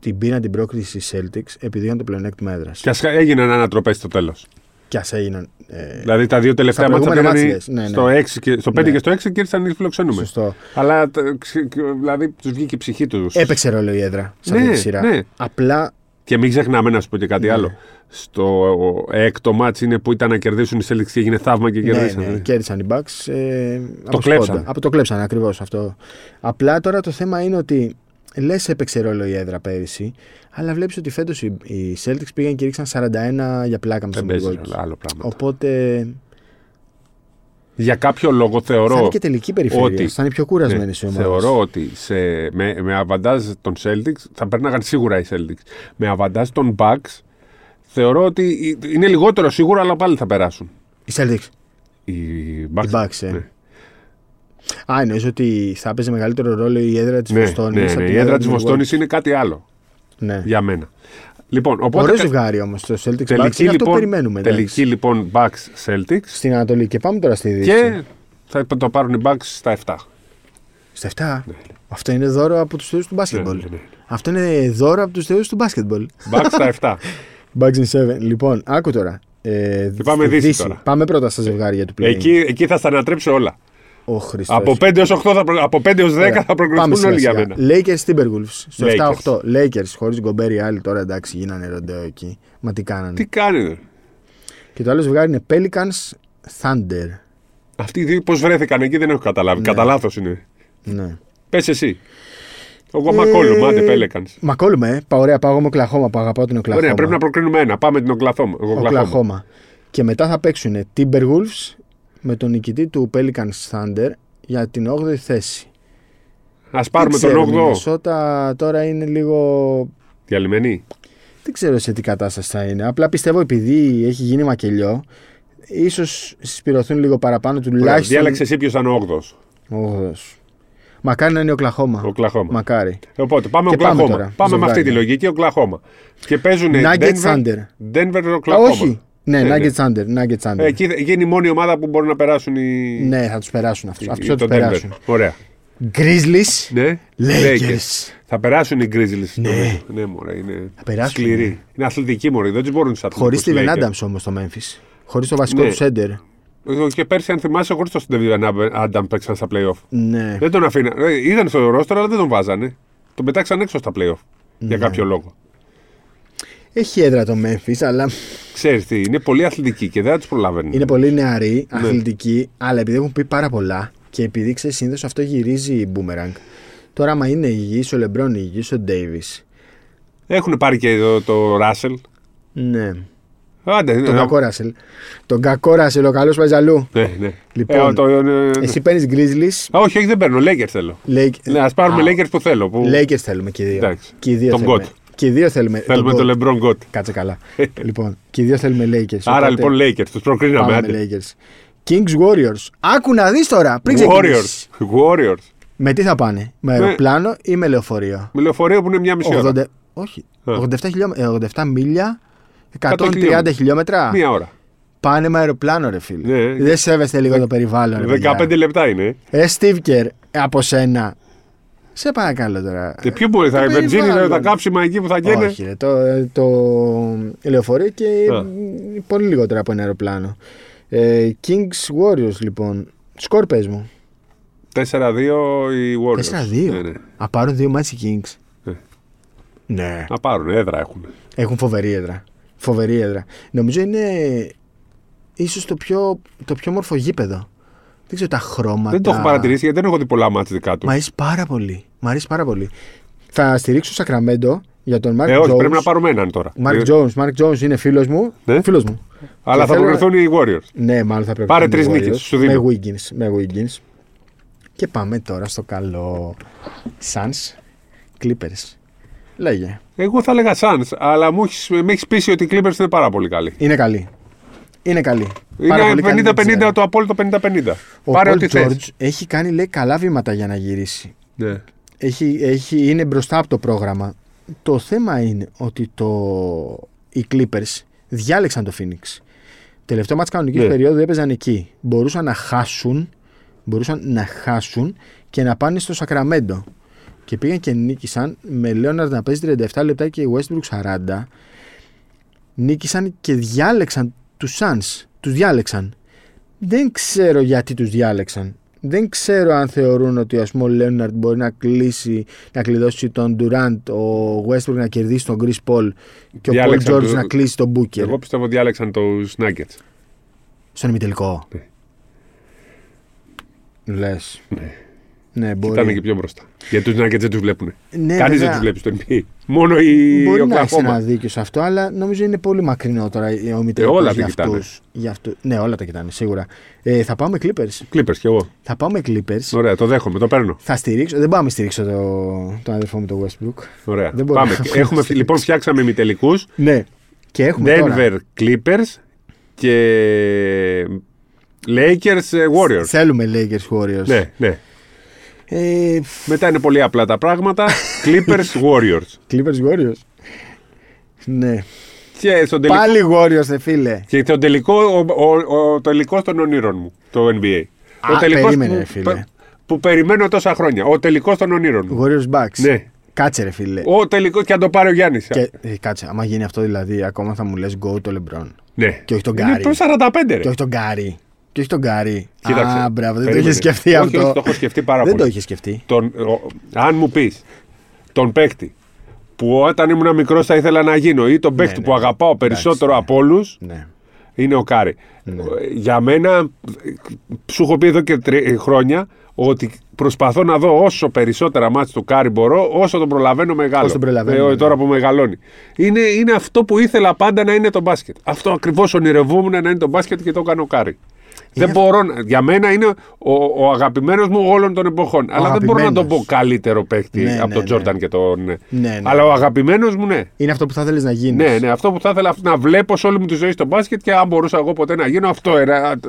Speaker 2: την πήραν την πρόκληση οι Celtics επειδή ήταν το πλεονέκτημα έδρας.
Speaker 3: Και ας έγιναν ανατροπές στο τέλος.
Speaker 2: Και ας έγιναν. Ε,
Speaker 3: Δηλαδή τα δύο τελευταία
Speaker 2: Στα
Speaker 3: μάτια
Speaker 2: προηγούμενα
Speaker 3: πήγαν
Speaker 2: μάτς,
Speaker 3: οι-
Speaker 2: λες. Ναι,
Speaker 3: στο,
Speaker 2: ναι.
Speaker 3: 6 και, στο 5
Speaker 2: Ναι.
Speaker 3: και στο 6 και ήρθαν οι φιλοξενούμενοι.
Speaker 2: σωστό.
Speaker 3: Αλλά τα- ξε- δηλαδή τους βγήκε η ψυχή τους.
Speaker 2: Έπαιξε ρόλο η έδρα σε αυτή
Speaker 3: Ναι,
Speaker 2: τη σειρά.
Speaker 3: ναι.
Speaker 2: Απλά
Speaker 3: Και μην ξεχνάμε να σου πω και κάτι
Speaker 2: Ναι.
Speaker 3: άλλο. Στο έκτο μάτς είναι που ήταν να κερδίσουν οι Celtics και έγινε θαύμα και
Speaker 2: ναι,
Speaker 3: κερδίσαν.
Speaker 2: ναι, κέρδισαν οι Bucks. Ε, από
Speaker 3: κλέψαν.
Speaker 2: σπόντα. Από το κλέψαν, ακριβώς αυτό. Απλά τώρα το θέμα είναι ότι λες έπαιξε ρόλο η έδρα πέρυσι, αλλά βλέπεις ότι φέτος οι, οι Celtics πήγαν και ρίξαν 41 για πλάκα με
Speaker 3: Δεν
Speaker 2: τον
Speaker 3: παίζει
Speaker 2: Milwaukee.
Speaker 3: ρόλο, άλλο πράγμα.
Speaker 2: Οπότε
Speaker 3: Για κάποιο λόγο
Speaker 2: θα είναι
Speaker 3: θεωρώ,
Speaker 2: και τελική περιφέρεια.
Speaker 3: ότι-
Speaker 2: Θα είναι πιο κουρασμένες
Speaker 3: ναι,
Speaker 2: οι ομάδες.
Speaker 3: θεωρώ ότι σε, με, με αβαντάζ των Celtics θα περνάγαν σίγουρα οι Celtics. Με αβαντάζ των Bucks θεωρώ ότι είναι λιγότερο σίγουρο αλλά πάλι θα περάσουν.
Speaker 2: Οι Celtics.
Speaker 3: Οι
Speaker 2: Οι
Speaker 3: Bucks.
Speaker 2: Bucks, ε.
Speaker 3: Ναι.
Speaker 2: Α, εννοείς ότι θα παίζει μεγαλύτερο ρόλο η έδρα της
Speaker 3: Ναι,
Speaker 2: Βοστόνης.
Speaker 3: ναι, ναι, η έδρα τη Βοστόνης είναι κάτι άλλο
Speaker 2: Ναι.
Speaker 3: για μένα. Λοιπόν, οπότε,
Speaker 2: Ωραίο ζευγάρι όμως το Celtics. Bucks,
Speaker 3: τελική,
Speaker 2: είναι αυτό που
Speaker 3: λοιπόν,
Speaker 2: περιμένουμε. ναι. εντάξει.
Speaker 3: τελική λοιπόν Bucks Celtics
Speaker 2: Στην Ανατολή. Και πάμε τώρα στη Δύση.
Speaker 3: και θα το πάρουν οι Bucks στα 7.
Speaker 2: Στα
Speaker 3: Ναι,
Speaker 2: 7. Αυτό είναι δώρο από τους θεούς του μπάσκετμπολ. Αυτό είναι δώρο από τους θεούς του μπάσκετμπολ.
Speaker 3: Bucks στα 7.
Speaker 2: Bugs in 7. Λοιπόν, άκου τώρα. Ε, στη
Speaker 3: πάμε Δύση τώρα.
Speaker 2: Πάμε πρώτα στα ζευγάρια του play.
Speaker 3: εκεί, εκεί θα στα ανατρέψω όλα.
Speaker 2: Ο Χριστός.
Speaker 3: Από 5 έως 8 θα προ- από 5 έως 10
Speaker 2: Πάμε
Speaker 3: θα προκριθούν
Speaker 2: σιγά
Speaker 3: όλοι για
Speaker 2: σιγά.
Speaker 3: μένα.
Speaker 2: Lakers Timberwolves. Στο 7-8.
Speaker 3: Lakers.
Speaker 2: Lakers χωρίς γκομπέρι άλλοι τώρα εντάξει γίνανε ροντέο εκεί. Μα τι κάνανε.
Speaker 3: Τι κάνει.
Speaker 2: Και το άλλος ζευγάρι είναι Pelicans Thunder.
Speaker 3: Αυτοί οι δύο πώς βρέθηκαν εκεί δεν έχω καταλάβει. Κατά λάθος είναι.
Speaker 2: Ναι.
Speaker 3: Πες εσύ. Εγώ
Speaker 2: Ε,
Speaker 3: μακόλου, μάτε πέλεκαν.
Speaker 2: Μακόλμα, ε. Πα, ωραία, πάω εγώ με Οκλαχώμα που αγαπάω την Οκλαχώμα.
Speaker 3: Ωραία, πρέπει να προκρίνουμε ένα. Πάμε την Οκλαθόμα. Οκλαχώμα.
Speaker 2: Οκλαχώμα. Και μετά θα παίξουν Timberwolves με τον νικητή του Pelicans Thunder για την 8η θέση.
Speaker 3: Ας πάρουμε
Speaker 2: Δεν ξέρω,
Speaker 3: τον
Speaker 2: Η
Speaker 3: 8ο.
Speaker 2: Μινεσότα τώρα είναι λίγο.
Speaker 3: Διαλυμένη.
Speaker 2: Δεν ξέρω σε τι κατάσταση θα είναι. Απλά πιστεύω επειδή έχει γίνει μακελιό, ίσως συσπηρωθούν λίγο παραπάνω
Speaker 3: Ωραία,
Speaker 2: τουλάχιστον.
Speaker 3: Διάλεξες εσύ ποιος ήταν ο 8ο.
Speaker 2: Όγδος. Μακάρι να είναι ο Κλαχώμα.
Speaker 3: Οκλαχώμα.
Speaker 2: Μακάρι.
Speaker 3: Οπότε πάμε
Speaker 2: Και πάμε
Speaker 3: Οκλαχώμα. Πάμε,
Speaker 2: τώρα,
Speaker 3: με αυτή
Speaker 2: ζευγάρια.
Speaker 3: τη λογική Οκλαχώμα. Και παίζουν
Speaker 2: Nuggets Thunder.
Speaker 3: Denver, Denver
Speaker 2: Α,
Speaker 3: Οκλαχώμα.
Speaker 2: όχι. Ναι,
Speaker 3: Ναι, ναι.
Speaker 2: Nuggets Under. Nuggets Under.
Speaker 3: Ε, Εκεί εκεί είναι η μόνη ομάδα που μπορεί να περάσουν οι.
Speaker 2: Ναι, θα τους περάσουν αυτούς.
Speaker 3: οι-
Speaker 2: Αυτούς θα
Speaker 3: Ε, το
Speaker 2: τους
Speaker 3: Denver.
Speaker 2: περάσουν.
Speaker 3: Ωραία.
Speaker 2: Grizzlies.
Speaker 3: Ναι.
Speaker 2: Lakers.
Speaker 3: Θα περάσουν οι Grizzlies.
Speaker 2: Ναι.
Speaker 3: ναι μωρέ, είναι
Speaker 2: Θα περάσουν,
Speaker 3: σκληροί.
Speaker 2: ναι.
Speaker 3: Είναι αθλητικοί μωρέ, δεν τους μπορούν τους αθλητικούς.
Speaker 2: Χωρίς Steven
Speaker 3: Lakers.
Speaker 2: Adams όμως το Memphis. Χωρίς το βασικό
Speaker 3: Ναι.
Speaker 2: τους center.
Speaker 3: Και πέρσι, αν θυμάσαι, χωρίς τον Steven Adam παίξαν στα play-off.
Speaker 2: Ναι.
Speaker 3: Δεν τον αφήνα. ε, Ήταν στο roster, αλλά δεν τον βάζανε. Τον πετάξαν έξω στα play-off.
Speaker 2: Ναι.
Speaker 3: Για κάποιο λόγο.
Speaker 2: Έχει έδρα το Memphis, αλλά
Speaker 3: Ξέρεις τι, είναι πολύ αθλητικοί και δεν τους προλαβαίνουν.
Speaker 2: Είναι πολύ νεαροί,
Speaker 3: Ναι.
Speaker 2: αθλητικοί, αλλά επειδή έχουν πει πάρα πολλά και επειδή ξέρεις συνήθως αυτό γυρίζει η boomerang. Τώρα, άμα είναι υγιή ο Λεμπρόν, υγιή ο Ντέιβις.
Speaker 3: Έχουν πάρει και το, το Russell.
Speaker 2: Ναι.
Speaker 3: Άντε,
Speaker 2: Τον
Speaker 3: ναι,
Speaker 2: κακό Ράσελ. Τον κακό Ράσελ, ο καλός παίζει αλλού.
Speaker 3: Ναι, ναι.
Speaker 2: Λοιπόν,
Speaker 3: Ε, το- ε, ναι.
Speaker 2: Εσύ παίρνεις Grizzlies,
Speaker 3: Α, όχι, όχι, δεν παίρνω. Lakers θέλω.
Speaker 2: Lake...
Speaker 3: Ναι, ας πάρουμε
Speaker 2: Α,
Speaker 3: Lakers που θέλω. Που
Speaker 2: Lakers θέλουμε και οι δύο.
Speaker 3: Εντάξει.
Speaker 2: Και οι δύο
Speaker 3: Τον
Speaker 2: θέλουμε. Και οι δύο θέλουμε.
Speaker 3: Θέλουμε
Speaker 2: τον
Speaker 3: το
Speaker 2: Goat.
Speaker 3: LeBron God.
Speaker 2: Κάτσε καλά. λοιπόν, και οι δύο θέλουμε Lakers.
Speaker 3: Άρα
Speaker 2: οπότε
Speaker 3: λοιπόν Lakers, τους προκρίναμε.
Speaker 2: πάμε
Speaker 3: άντε.
Speaker 2: με Lakers. Kings Warriors. Άκου να δεις τώρα πριν ξεκινήσεις.
Speaker 3: Warriors. Warriors.
Speaker 2: Με τι θα πάνε, με αεροπλάνο ή με λεωφορείο.
Speaker 3: Με λεωφορείο που είναι μια μισή ώρα.
Speaker 2: 80, όχι. 87, χιλιόμ- ε, 87 μίλια, 130 χιλιόμετρα.
Speaker 3: Μία ώρα.
Speaker 2: Πάνε με αεροπλάνο, ρε φίλε.
Speaker 3: Ναι.
Speaker 2: Δεν σέβεστε λίγο το περιβάλλον. Ρε, παιδιά.
Speaker 3: 15 λεπτά είναι.
Speaker 2: Ε, Στίβκερ, από σένα. Σε παρακαλώ τώρα.
Speaker 3: Και ποιο μπορεί, θα η
Speaker 2: Ε, το
Speaker 3: βενζίνη,
Speaker 2: περιβάλλον.
Speaker 3: θα- τα κάψιμα εκεί που θα γίνει.
Speaker 2: Όχι, ρε, το, ε, το λεωφορείο και
Speaker 3: Α.
Speaker 2: μ, πολύ λιγότερο από ένα αεροπλάνο. Ε, Kings Warriors, λοιπόν. Σκορ πες μου.
Speaker 3: 4-2 οι Warriors.
Speaker 2: 4-2.
Speaker 3: Ναι, ναι.
Speaker 2: Α πάρουν δύο μάτς οι Kings.
Speaker 3: Ναι.
Speaker 2: Ναι.
Speaker 3: Να πάρουν, έδρα έχουν.
Speaker 2: Έχουν φοβερή έδρα. Φοβερή έδρα. Νομίζω είναι ίσως το πιο, το πιο μορφο γήπεδο. Δεν ξέρω τα χρώματα.
Speaker 3: Δεν το έχω παρατηρήσει γιατί δεν έχω δει πολλά μάτια δικά τους.
Speaker 2: Μ' αρέσει πάρα πολύ. Μ' αρέσει πάρα πολύ. Θα στηρίξω Σακραμέντο για τον Μάρκ
Speaker 3: Ε, όχι,
Speaker 2: Jones.
Speaker 3: πρέπει να πάρουμε έναν τώρα.
Speaker 2: Μάρκ
Speaker 3: Ε,
Speaker 2: Jones. Μάρκ Jones είναι φίλος μου.
Speaker 3: Ναι.
Speaker 2: Φίλος μου.
Speaker 3: Αλλά
Speaker 2: και
Speaker 3: θα
Speaker 2: θέλω
Speaker 3: προκριθούν οι Warriors.
Speaker 2: Ναι, μάλλον θα πρέπει
Speaker 3: Πάρε
Speaker 2: να είναι
Speaker 3: τρεις
Speaker 2: Warriors.
Speaker 3: νίκες, σου
Speaker 2: Με
Speaker 3: δίνω.
Speaker 2: Wiggins, με Wiggins. Και πάμε τώρα στο καλό. Suns Clippers. Λέγε.
Speaker 3: Εγώ θα έλεγα Suns, αλλά μου έχεις, με έχεις πείσει ότι οι Clippers είναι πάρα πολύ καλοί.
Speaker 2: Είναι καλή. Είναι καλή. Πάρα πολύ καλή,
Speaker 3: Είναι
Speaker 2: δεν ξέρω.
Speaker 3: 50-50, το απόλυτο 50-50.
Speaker 2: Ο
Speaker 3: Πάρε
Speaker 2: Paul
Speaker 3: ό,τι θες.
Speaker 2: George έχει κάνει λέει, καλά βήματα για να γυρίσει.
Speaker 3: Ναι.
Speaker 2: Έχει, έχει, είναι μπροστά από το πρόγραμμα. Το θέμα είναι ότι το, οι Clippers διάλεξαν το Phoenix. Τελευταίο μάτς κανονικής
Speaker 3: Ναι.
Speaker 2: περίοδου έπαιζαν εκεί. Μπορούσαν να χάσουν, μπορούσαν να χάσουν και να πάνε στο Σακραμέντο. Και πήγαν και νίκησαν με Λέοναρντ να παίζει 37 λεπτά και η Westbrook 40. Νίκησαν και διάλεξαν τους Suns. Τους διάλεξαν. Δεν ξέρω γιατί τους διάλεξαν. Δεν ξέρω αν θεωρούν ότι ας πούμε, ο Λέοναρντ μπορεί να κλείσει, να κλειδώσει τον Durant, ο Westbrook να κερδίσει τον Chris Paul και ο Paul
Speaker 3: Διάλεξαν
Speaker 2: George
Speaker 3: το-
Speaker 2: να κλείσει τον Booker.
Speaker 3: Εγώ πιστεύω διάλεξαν τους Nuggets.
Speaker 2: Στον ημιτελικό.
Speaker 3: Ναι.
Speaker 2: Λες.
Speaker 3: Ναι.
Speaker 2: Ναι, μπορεί.
Speaker 3: Ήταν και πιο μπροστά. Γιατί τους Nuggets δεν τους βλέπουν.
Speaker 2: Ναι,
Speaker 3: Κανείς δεν
Speaker 2: βέβαια.
Speaker 3: τους βλέπει στο NBA. Μόνο
Speaker 2: Μπορεί
Speaker 3: οι
Speaker 2: να έχει ένα
Speaker 3: Οκλαχώμα.
Speaker 2: δίκιο σε αυτό, αλλά νομίζω είναι πολύ μακρινό τώρα ο ημιτελικό
Speaker 3: Ε, όλα τα
Speaker 2: για
Speaker 3: κοιτάνε.
Speaker 2: αυτούς. Για αυτού... Ναι, όλα τα κοιτάνε, σίγουρα. Ε, θα πάμε Clippers.
Speaker 3: Clippers κι εγώ.
Speaker 2: Θα πάμε Clippers.
Speaker 3: Ωραία, το δέχομαι, το παίρνω.
Speaker 2: Θα στηρίξω. Δεν πάμε στηρίξω το... τον αδερφό μου το Westbrook.
Speaker 3: Ωραία.
Speaker 2: Δεν μπορώ
Speaker 3: Πάμε.
Speaker 2: να πω
Speaker 3: Έχουμε,
Speaker 2: στηρίξω.
Speaker 3: λοιπόν, φτιάξαμε ημιτελικούς.
Speaker 2: Ναι. Και έχουμε τώρα.
Speaker 3: Denver Clippers και Lakers ε, Warriors.
Speaker 2: Θέλουμε Lakers Warriors.
Speaker 3: Ναι, ναι.
Speaker 2: Ε,
Speaker 3: Μετά είναι πολύ απλά τα πράγματα. Clippers Warriors.
Speaker 2: Clippers Warriors. Ναι.
Speaker 3: Και στον τελικό,
Speaker 2: Πάλι Warriors, ρε φίλε.
Speaker 3: και στον τελικό ο, ο, ο τελικός των ονείρων μου, το NBA.
Speaker 2: Α,
Speaker 3: ο τελικός
Speaker 2: περίμενε, ρε
Speaker 3: που,
Speaker 2: φίλε.
Speaker 3: που- που περιμένω τόσα χρόνια. Ο τελικός των ονείρων μου.
Speaker 2: Warriors Bucks.
Speaker 3: Ναι.
Speaker 2: Κάτσε, ρε φίλε.
Speaker 3: Ο τελικός και αν το πάρει ο Γιάννης.
Speaker 2: Και, ε, κάτσε, άμα γίνει αυτό δηλαδή, ακόμα θα μου λες go το LeBron.
Speaker 3: Ναι.
Speaker 2: και όχι τον
Speaker 3: Είναι
Speaker 2: Γκάρι.
Speaker 3: προς 45 ρε.
Speaker 2: Και όχι τον Γκάρι. Και όχι τον Γκάρι.
Speaker 3: Κοίταξε,
Speaker 2: Α, μπράβο, δεν το
Speaker 3: περίμενε.
Speaker 2: είχε σκεφτεί
Speaker 3: Όχι,
Speaker 2: αυτό.
Speaker 3: όχι, το έχω σκεφτεί πάρα
Speaker 2: δεν
Speaker 3: πολύ.
Speaker 2: το είχε σκεφτεί.
Speaker 3: τον, ο- αν μου πεις τον παίκτη που όταν ήμουν μικρός θα ήθελα να γίνω ή τον παίκτη
Speaker 2: ναι.
Speaker 3: που αγαπάω περισσότερο
Speaker 2: Εντάξει,
Speaker 3: από όλους,
Speaker 2: Ναι.
Speaker 3: είναι ο Κάρι. Ε, Για μένα, ε, σου έχω πει εδώ και τρι- ε, χρόνια ότι προσπαθώ να δω όσο περισσότερα μάτς του Κάρι μπορώ, όσο τον προλαβαίνω μεγάλο.
Speaker 2: Όσο τον προλαβαίνω,
Speaker 3: Ε,
Speaker 2: ναι.
Speaker 3: τώρα που μεγαλώνει. Είναι, είναι αυτό που ήθελα πάντα να είναι το μπάσκετ. Αυτό ακριβώς ονειρευόμουν να είναι το μπάσκετ και το έκανε ο Κάρι. Δεν μπορώ, να- για μένα είναι ο, ο αγαπημένος μου όλων των εποχών. αλλά δεν μπορώ να τον πω
Speaker 2: αγαπημένος.
Speaker 3: καλύτερο παίκτη
Speaker 2: Ναι,
Speaker 3: από
Speaker 2: ναι,
Speaker 3: τον
Speaker 2: ναι.
Speaker 3: Τζόρνταν και τον.
Speaker 2: ναι.
Speaker 3: Αλλά ο αγαπημένος μου, ναι.
Speaker 2: Είναι αυτό που θα θέλεις να γίνεις.
Speaker 3: Ναι, ναι, αυτό που θα ήθελα να βλέπω σε όλη μου τη ζωή στο μπάσκετ και αν μπορούσα εγώ ποτέ να γίνω αυτό. Ένα,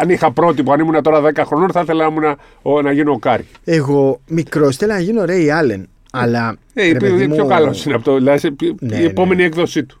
Speaker 3: αν είχα πρότυπο, αν ήμουν τώρα 10 χρονών, θα ήθελα να, ήμουν, ο- να γίνω ο Κάρι.
Speaker 2: Εγώ μικρός θέλω να γίνω Ray Allen. Αλλά.
Speaker 3: Ε,
Speaker 2: ρε
Speaker 3: είναι
Speaker 2: παιδί μου,
Speaker 3: πιο καλός είναι αυτό. Δηλαδή, η- η
Speaker 2: Ναι, ναι.
Speaker 3: επόμενη έκδοσή του.